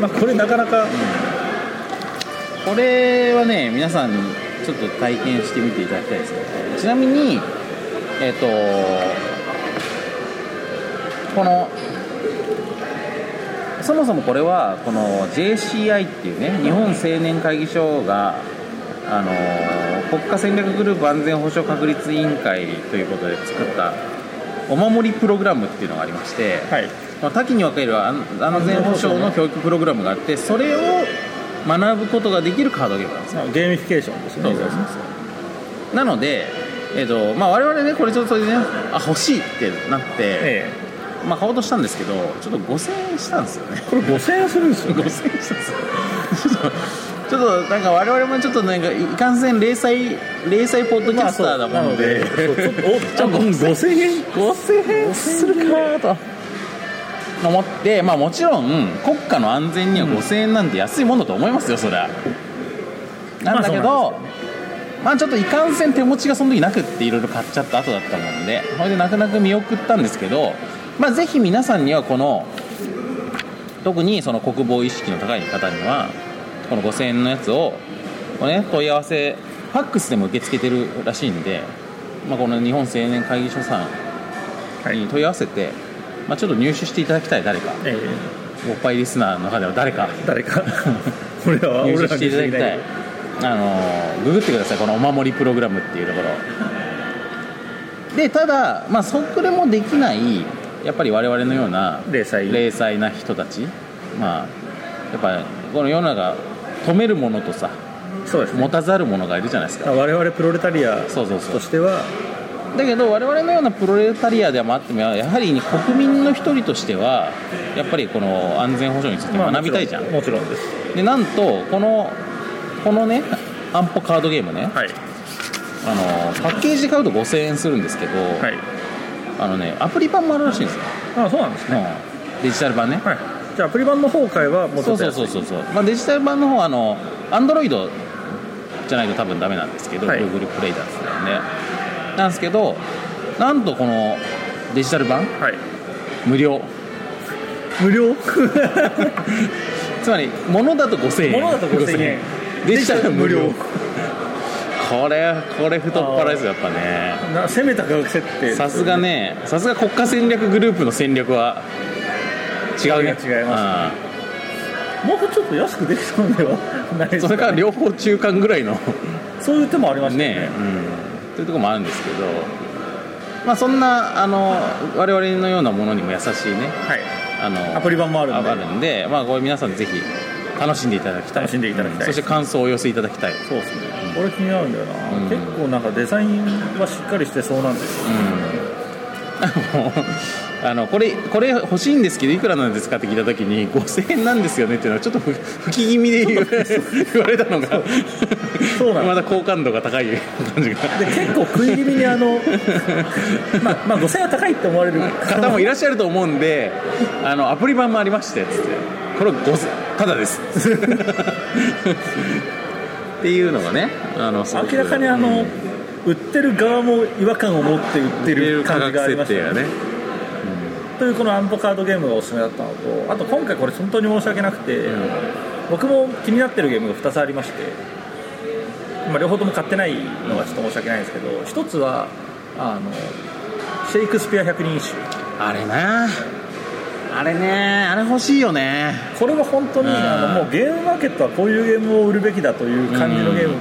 [SPEAKER 3] まあ、これなかなか、
[SPEAKER 2] これはね皆さんにちょっと体験してみていただきたいですねちなみにえっ、とこのそもそもこれはこの JCI っていうね日本青年会議所があのー国家戦略グループ安全保障確立委員会ということで作ったお守りプログラムっていうのがありまして、
[SPEAKER 3] はい、
[SPEAKER 2] まあ、多岐に分ける安安全保障の教育プログラムがあってそれを学ぶことができるカードゲームなんですね
[SPEAKER 3] まあゲーミフィケーションですね
[SPEAKER 2] なので、えっとまあ、我々ねこれちょっとねあ欲しいってなって、
[SPEAKER 3] え
[SPEAKER 2] まあ、買おうとしたんですけどちょっと5000円したんですよ ね
[SPEAKER 3] えこれ5000円するんですよ、
[SPEAKER 2] 5000円したんですよ ちょっとちょっとなんか我々もちょっとなんかいかんせん零細零細ポッドキャスターだもんで、
[SPEAKER 3] そうちょっとおちょっと5000円
[SPEAKER 2] 5000円するかなと思って、まあ、もちろん国家の安全には5000円なんて安いものだと思いますよそりゃなんだけど、まあちょっといかんせん手持ちがその時なくっていろいろ買っちゃった後だったもんでそれで泣く泣く見送ったんですけど、まあ、ぜひ皆さんにはこの特にその国防意識の高い方にはこの5000円のやつをこれね、問い合わせファックスでも受け付けてるらしいんで、まあ、この日本青年会議所さんに問い合わせて、まあ、ちょっと入手していただきたい誰か
[SPEAKER 3] え
[SPEAKER 2] おっぱいリスナーの中では誰か
[SPEAKER 3] え誰か俺らは
[SPEAKER 2] 入
[SPEAKER 3] 俺
[SPEAKER 2] 手し
[SPEAKER 3] らして
[SPEAKER 2] いただきたいあのーググってくださいこのお守りプログラムっていうところでただまあそこでもできないやっぱり我々のような
[SPEAKER 3] 零細
[SPEAKER 2] 零細な人たちまあやっぱこの世の中止めるものとさ
[SPEAKER 3] そうです
[SPEAKER 2] 持
[SPEAKER 3] ね
[SPEAKER 2] たざるものがいるじゃないですか
[SPEAKER 3] 我々プロレタリア
[SPEAKER 2] そうそうそう
[SPEAKER 3] としては
[SPEAKER 2] だけど我々のようなプロレタリアでもあってもやはり国民の一人としてはやっぱりこの安全保障について
[SPEAKER 3] まあ
[SPEAKER 2] 学びたいじゃん、
[SPEAKER 3] もちろんもちろんです
[SPEAKER 2] でなんとこのこのね安保カードゲームね
[SPEAKER 3] はい
[SPEAKER 2] あのパッケージで買うと5000円するんですけど、
[SPEAKER 3] はい
[SPEAKER 2] あのねアプリ版もあるらしいんですよ、
[SPEAKER 3] あそうなんですね
[SPEAKER 2] うんデジタル版ね
[SPEAKER 3] はいじゃあアプリ版の方会はもうち
[SPEAKER 2] そ
[SPEAKER 3] ょ
[SPEAKER 2] う
[SPEAKER 3] っと
[SPEAKER 2] そうそうそうそう、まあ、デジタル版の方はあのアンドロイドじゃないと多分ダメなんですけど、
[SPEAKER 3] はい
[SPEAKER 2] Google プレイだったんでなんですけどなんとこのデジタル版
[SPEAKER 3] はい
[SPEAKER 2] 無料
[SPEAKER 3] 無料
[SPEAKER 2] つまり物だと5000円
[SPEAKER 3] 物だと5000円
[SPEAKER 2] デジタルは無料
[SPEAKER 3] デジ
[SPEAKER 2] これこれ太っ腹ですよやっぱね
[SPEAKER 3] な攻めた価格設定
[SPEAKER 2] さすがねさすが国家戦略グループの戦略は違うね
[SPEAKER 3] 違いまもうちょっと安くできたのではないで
[SPEAKER 2] うん
[SPEAKER 3] す
[SPEAKER 2] そ
[SPEAKER 3] か
[SPEAKER 2] れ
[SPEAKER 3] ね
[SPEAKER 2] から両方中間ぐらいのね
[SPEAKER 3] そういう手もありましたよね
[SPEAKER 2] うんというところもあるんですけどまあそんなあの我々のようなものにも優しいね
[SPEAKER 3] はい
[SPEAKER 2] あの
[SPEAKER 3] アプリ版もあるんで
[SPEAKER 2] あるんでまあこれ皆さんぜひ楽しんでいただきたい
[SPEAKER 3] 楽しんでいただきたい
[SPEAKER 2] そして感想をお寄せいただきたい
[SPEAKER 3] そうですねこれ気になるんだよな、
[SPEAKER 2] うん
[SPEAKER 3] 結構なんかデザインはしっかりしてそうなんですよ
[SPEAKER 2] うん あのこれこれ欲しいんですけどいくらなんですかって聞いた時に5000円なんですよねっていうのはちょっとふ 不気味で言われ 言われたのが
[SPEAKER 3] そうなの
[SPEAKER 2] まだ好感度が高い感じが
[SPEAKER 3] で結構食い気味にあのまあ、まあ5000円は高いって思われる
[SPEAKER 2] 方もいらっしゃると思うんであのアプリ版もありましてつってこれ5000ただ ですっていうのがねあのすごく
[SPEAKER 3] 明らかにあの、売ってる側も違和感を持って売ってる
[SPEAKER 2] 価
[SPEAKER 3] 感
[SPEAKER 2] 格
[SPEAKER 3] じがありま
[SPEAKER 2] 設
[SPEAKER 3] した
[SPEAKER 2] 定
[SPEAKER 3] ね
[SPEAKER 2] がね
[SPEAKER 3] というこのアンポカードゲームがおすすめだったのとあと今回これ本当に申し訳なくて、僕も気になってるゲームが2つありまして、まあ、両方とも買ってないのはちょっと申し訳ないんですけど1つはあのシェイクスピア百人一首
[SPEAKER 2] あれなあれねあれ欲しいよね
[SPEAKER 3] これは本当に、
[SPEAKER 2] うん
[SPEAKER 3] あのもうゲームマーケットはこういうゲームを売るべきだという感じのゲーム、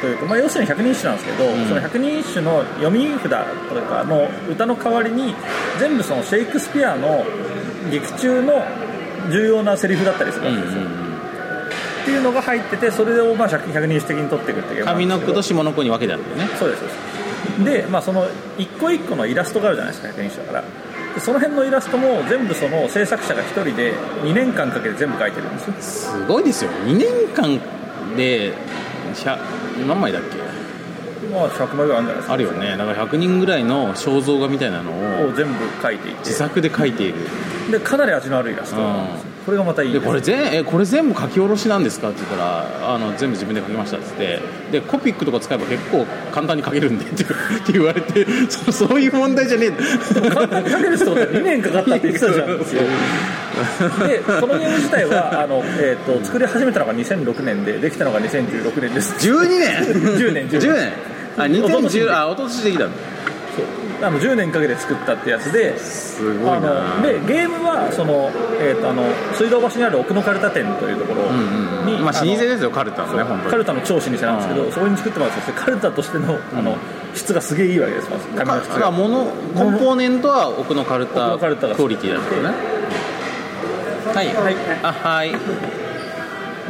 [SPEAKER 3] というか、まあ、要するに百人一首なんですけど、
[SPEAKER 2] ん
[SPEAKER 3] その百人一首の読み札というかの歌の代わりに全部そのシェイクスピアの劇中の重要なセリフだったりする
[SPEAKER 2] う
[SPEAKER 3] わ
[SPEAKER 2] ん
[SPEAKER 3] け
[SPEAKER 2] う
[SPEAKER 3] ですよ、
[SPEAKER 2] ん
[SPEAKER 3] っていうのが入っててそれをまあ百百人一首的に取っていくっていうゲームな
[SPEAKER 2] 上の
[SPEAKER 3] んです
[SPEAKER 2] 句
[SPEAKER 3] けど
[SPEAKER 2] と下の句に分けてあるんだよね
[SPEAKER 3] そうですそうですで、まあ、その一個一個のイラストがあるじゃないですか百人一首だからでその辺のイラストも全部その制作者が一人で2年間かけて全部描いてるんですよ
[SPEAKER 2] すごいですよ2年間で100何枚だっけ
[SPEAKER 3] まあ100枚ぐらいあるんじゃないですか
[SPEAKER 2] あるよねだから100人ぐらいの肖像画みたいなの
[SPEAKER 3] を
[SPEAKER 2] を
[SPEAKER 3] 全部描いていて
[SPEAKER 2] 自作で描いている
[SPEAKER 3] でかなり味のあるイラストなんですよこれがまたいい
[SPEAKER 2] で
[SPEAKER 3] です
[SPEAKER 2] これ全えこれ全部書き下ろしなんですかって言ったらあの全部自分で書きましたって言ってでコピックとか使えば結構簡単に書けるんでって って言われてそそういう問題じゃ ねえ
[SPEAKER 3] 簡単に描ける人って2年かかったって言って たじゃんですよでこのゲーム自体はあの、えー、と作り始めたのが2006年でできたのが2016年です
[SPEAKER 2] 12年
[SPEAKER 3] 10年10年
[SPEAKER 2] 年あ2010あ一昨年できたの
[SPEAKER 3] あの10年かけて作ったってやつです
[SPEAKER 2] すごいな
[SPEAKER 3] あのでゲームはその、えー、とあの水道橋にある奥のカルタ店というところに、
[SPEAKER 2] うんうんまあ老舗
[SPEAKER 3] の
[SPEAKER 2] ですよカルタのね本当に
[SPEAKER 3] カルタの超老舗なんですけど、
[SPEAKER 2] う
[SPEAKER 3] そこに作ってもらってそしてカルタとしてのあの質がすげえいいわけですまず紙の質
[SPEAKER 2] か
[SPEAKER 3] が
[SPEAKER 2] ものコンポーネントは奥のカル
[SPEAKER 3] 奥
[SPEAKER 2] タ
[SPEAKER 3] のカルタが
[SPEAKER 2] クオリティだったよねはい
[SPEAKER 3] はい
[SPEAKER 2] あはい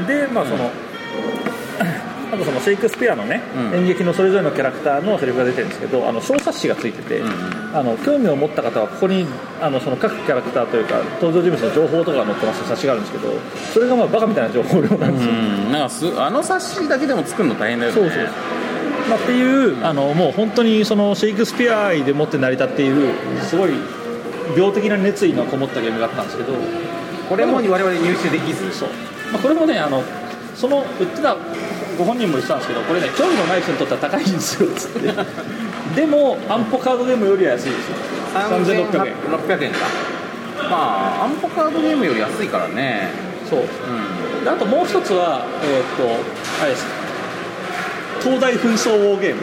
[SPEAKER 3] でまあその、 あとそのシェイクスピアのね、
[SPEAKER 2] うん
[SPEAKER 3] 演劇のそれぞれのキャラクターのセリフが出てるんですけどあの小冊子がついてて、
[SPEAKER 2] うん
[SPEAKER 3] あの興味を持った方はここにあのその各キャラクターというか登場人物の情報とかが載ってます冊子があるんですけどそれがまあバカみたいな情報量なんですよ、
[SPEAKER 2] うんなんかすあの冊子だけでも作るの大変だよね
[SPEAKER 3] そうそうまあ、っていうあのもう本当にそのシェイクスピア愛でもって成り立っているすごい病的な熱意のこもったゲームがあったんですけど、ま
[SPEAKER 2] これも我々入手できずそう
[SPEAKER 3] あ、これもねあのその売ってたご本人も言ってたんですけどこれね興味のない人にとっては高いんですよっつって でも安保カードゲームよりは安いですよ3600円
[SPEAKER 2] 円かまあアンポカードゲームより安いからね
[SPEAKER 3] そう
[SPEAKER 2] うん
[SPEAKER 3] であともう一つはえーっとあれです東大紛争ウォーゲーム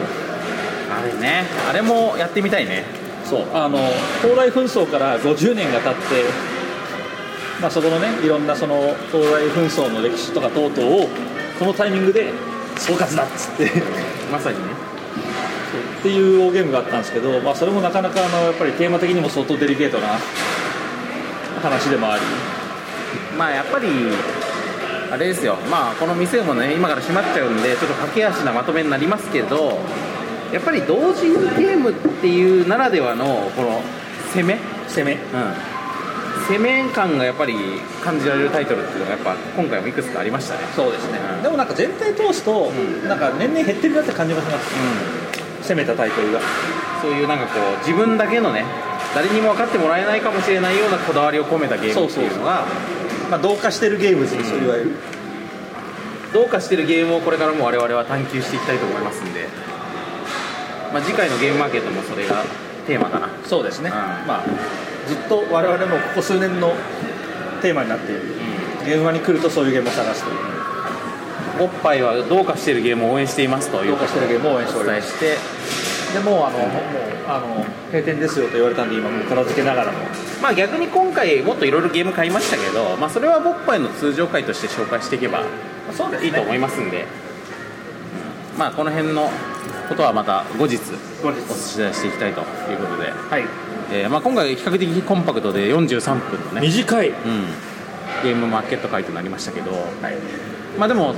[SPEAKER 2] あれねあれもやってみたい ね
[SPEAKER 3] そうあの東大紛争から50年が経って、まあ、そこのねいろんなその東大紛争の歴史とか等々をこのタイミングで総括だっつって
[SPEAKER 2] まさにね
[SPEAKER 3] っていう大ゲームがあったんですけど、まあ、それもなかなかあのやっぱりテーマ的にも相当デリケートな話でもあり
[SPEAKER 2] まあやっぱりあれですよまあこの店もね今から閉まっちゃうんでちょっと駆け足なまとめになりますけどやっぱり同時にゲームっていうならではのこの攻め
[SPEAKER 3] 攻め
[SPEAKER 2] 攻め感がやっぱり感じられるタイトルっていうのがやっぱ今回もいくつかありましたね
[SPEAKER 3] そうですね
[SPEAKER 2] うん
[SPEAKER 3] でもなんか全体通すと、
[SPEAKER 2] ん
[SPEAKER 3] なんか年々減ってるなって感じがします
[SPEAKER 2] うん
[SPEAKER 3] 攻めたタイトルが
[SPEAKER 2] そういうなんかこう自分だけのね誰にも分かってもらえないかもしれないようなこだわりを込めたゲームっていうのが
[SPEAKER 3] まあ同化してるゲームですね、
[SPEAKER 2] うん
[SPEAKER 3] いわゆる
[SPEAKER 2] どうかしてるゲームをこれからも我々は探求していきたいと思いますんで、まあ、次回のゲームマーケットもそれがテーマかな
[SPEAKER 3] そうですね、
[SPEAKER 2] うん
[SPEAKER 3] まあ、ずっと我々もここ数年のテーマになっている、ゲームマに来るとそういうゲームを探すという、
[SPEAKER 2] おっぱいはどうかしてるゲームを応援していますという
[SPEAKER 3] 同化してるゲームを応援してお
[SPEAKER 2] お
[SPEAKER 3] り
[SPEAKER 2] 伝
[SPEAKER 3] ま
[SPEAKER 2] え
[SPEAKER 3] す、
[SPEAKER 2] して
[SPEAKER 3] でもうあのもうあの閉店ですよと言われたんで、今、もう片付けながらも、
[SPEAKER 2] まあ逆に今回もっといろいろゲーム買いましたけど、まあ、それはボッパイの通常回として紹介していけば
[SPEAKER 3] そうで
[SPEAKER 2] いいと思いますんで、うんまあこの辺のことはまた後日お伝えしていきたいということで、
[SPEAKER 3] はい、
[SPEAKER 2] えーまあ今回比較的コンパクトで43分のね
[SPEAKER 3] 短い、
[SPEAKER 2] うん、ゲームマーケット会となりましたけど、まあでも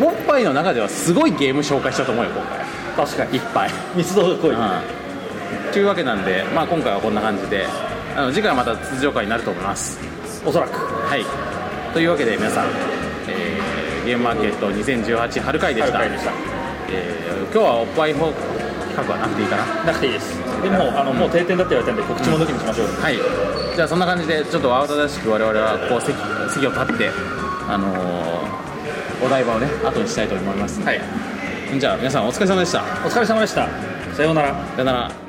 [SPEAKER 2] ボッパイの中ではすごいゲーム紹介したと思うよ今回
[SPEAKER 3] 確か
[SPEAKER 2] い
[SPEAKER 3] に、
[SPEAKER 2] っぱい、
[SPEAKER 3] 密度が濃い、
[SPEAKER 2] うん、というわけなんで、まあ、今回はこんな感じで、あの次回はまた通常回になると思いますおそらくはいというわけで皆さん、えーゲームマーケット2018春会でした
[SPEAKER 3] 春会でした
[SPEAKER 2] えー今日はおっぱい方企画はなくていいかな
[SPEAKER 3] なくていいですでもあのもう定点だって言われたんで告知も抜きにしましょう、
[SPEAKER 2] はい、じゃあそんな感じでちょっと慌ただしく我々はこう席席を立って、あのーお台場をね後にしたいと思います、はい、じゃあ皆さんお疲れ様でした
[SPEAKER 3] お疲れ様でしたさようなら
[SPEAKER 2] さよなら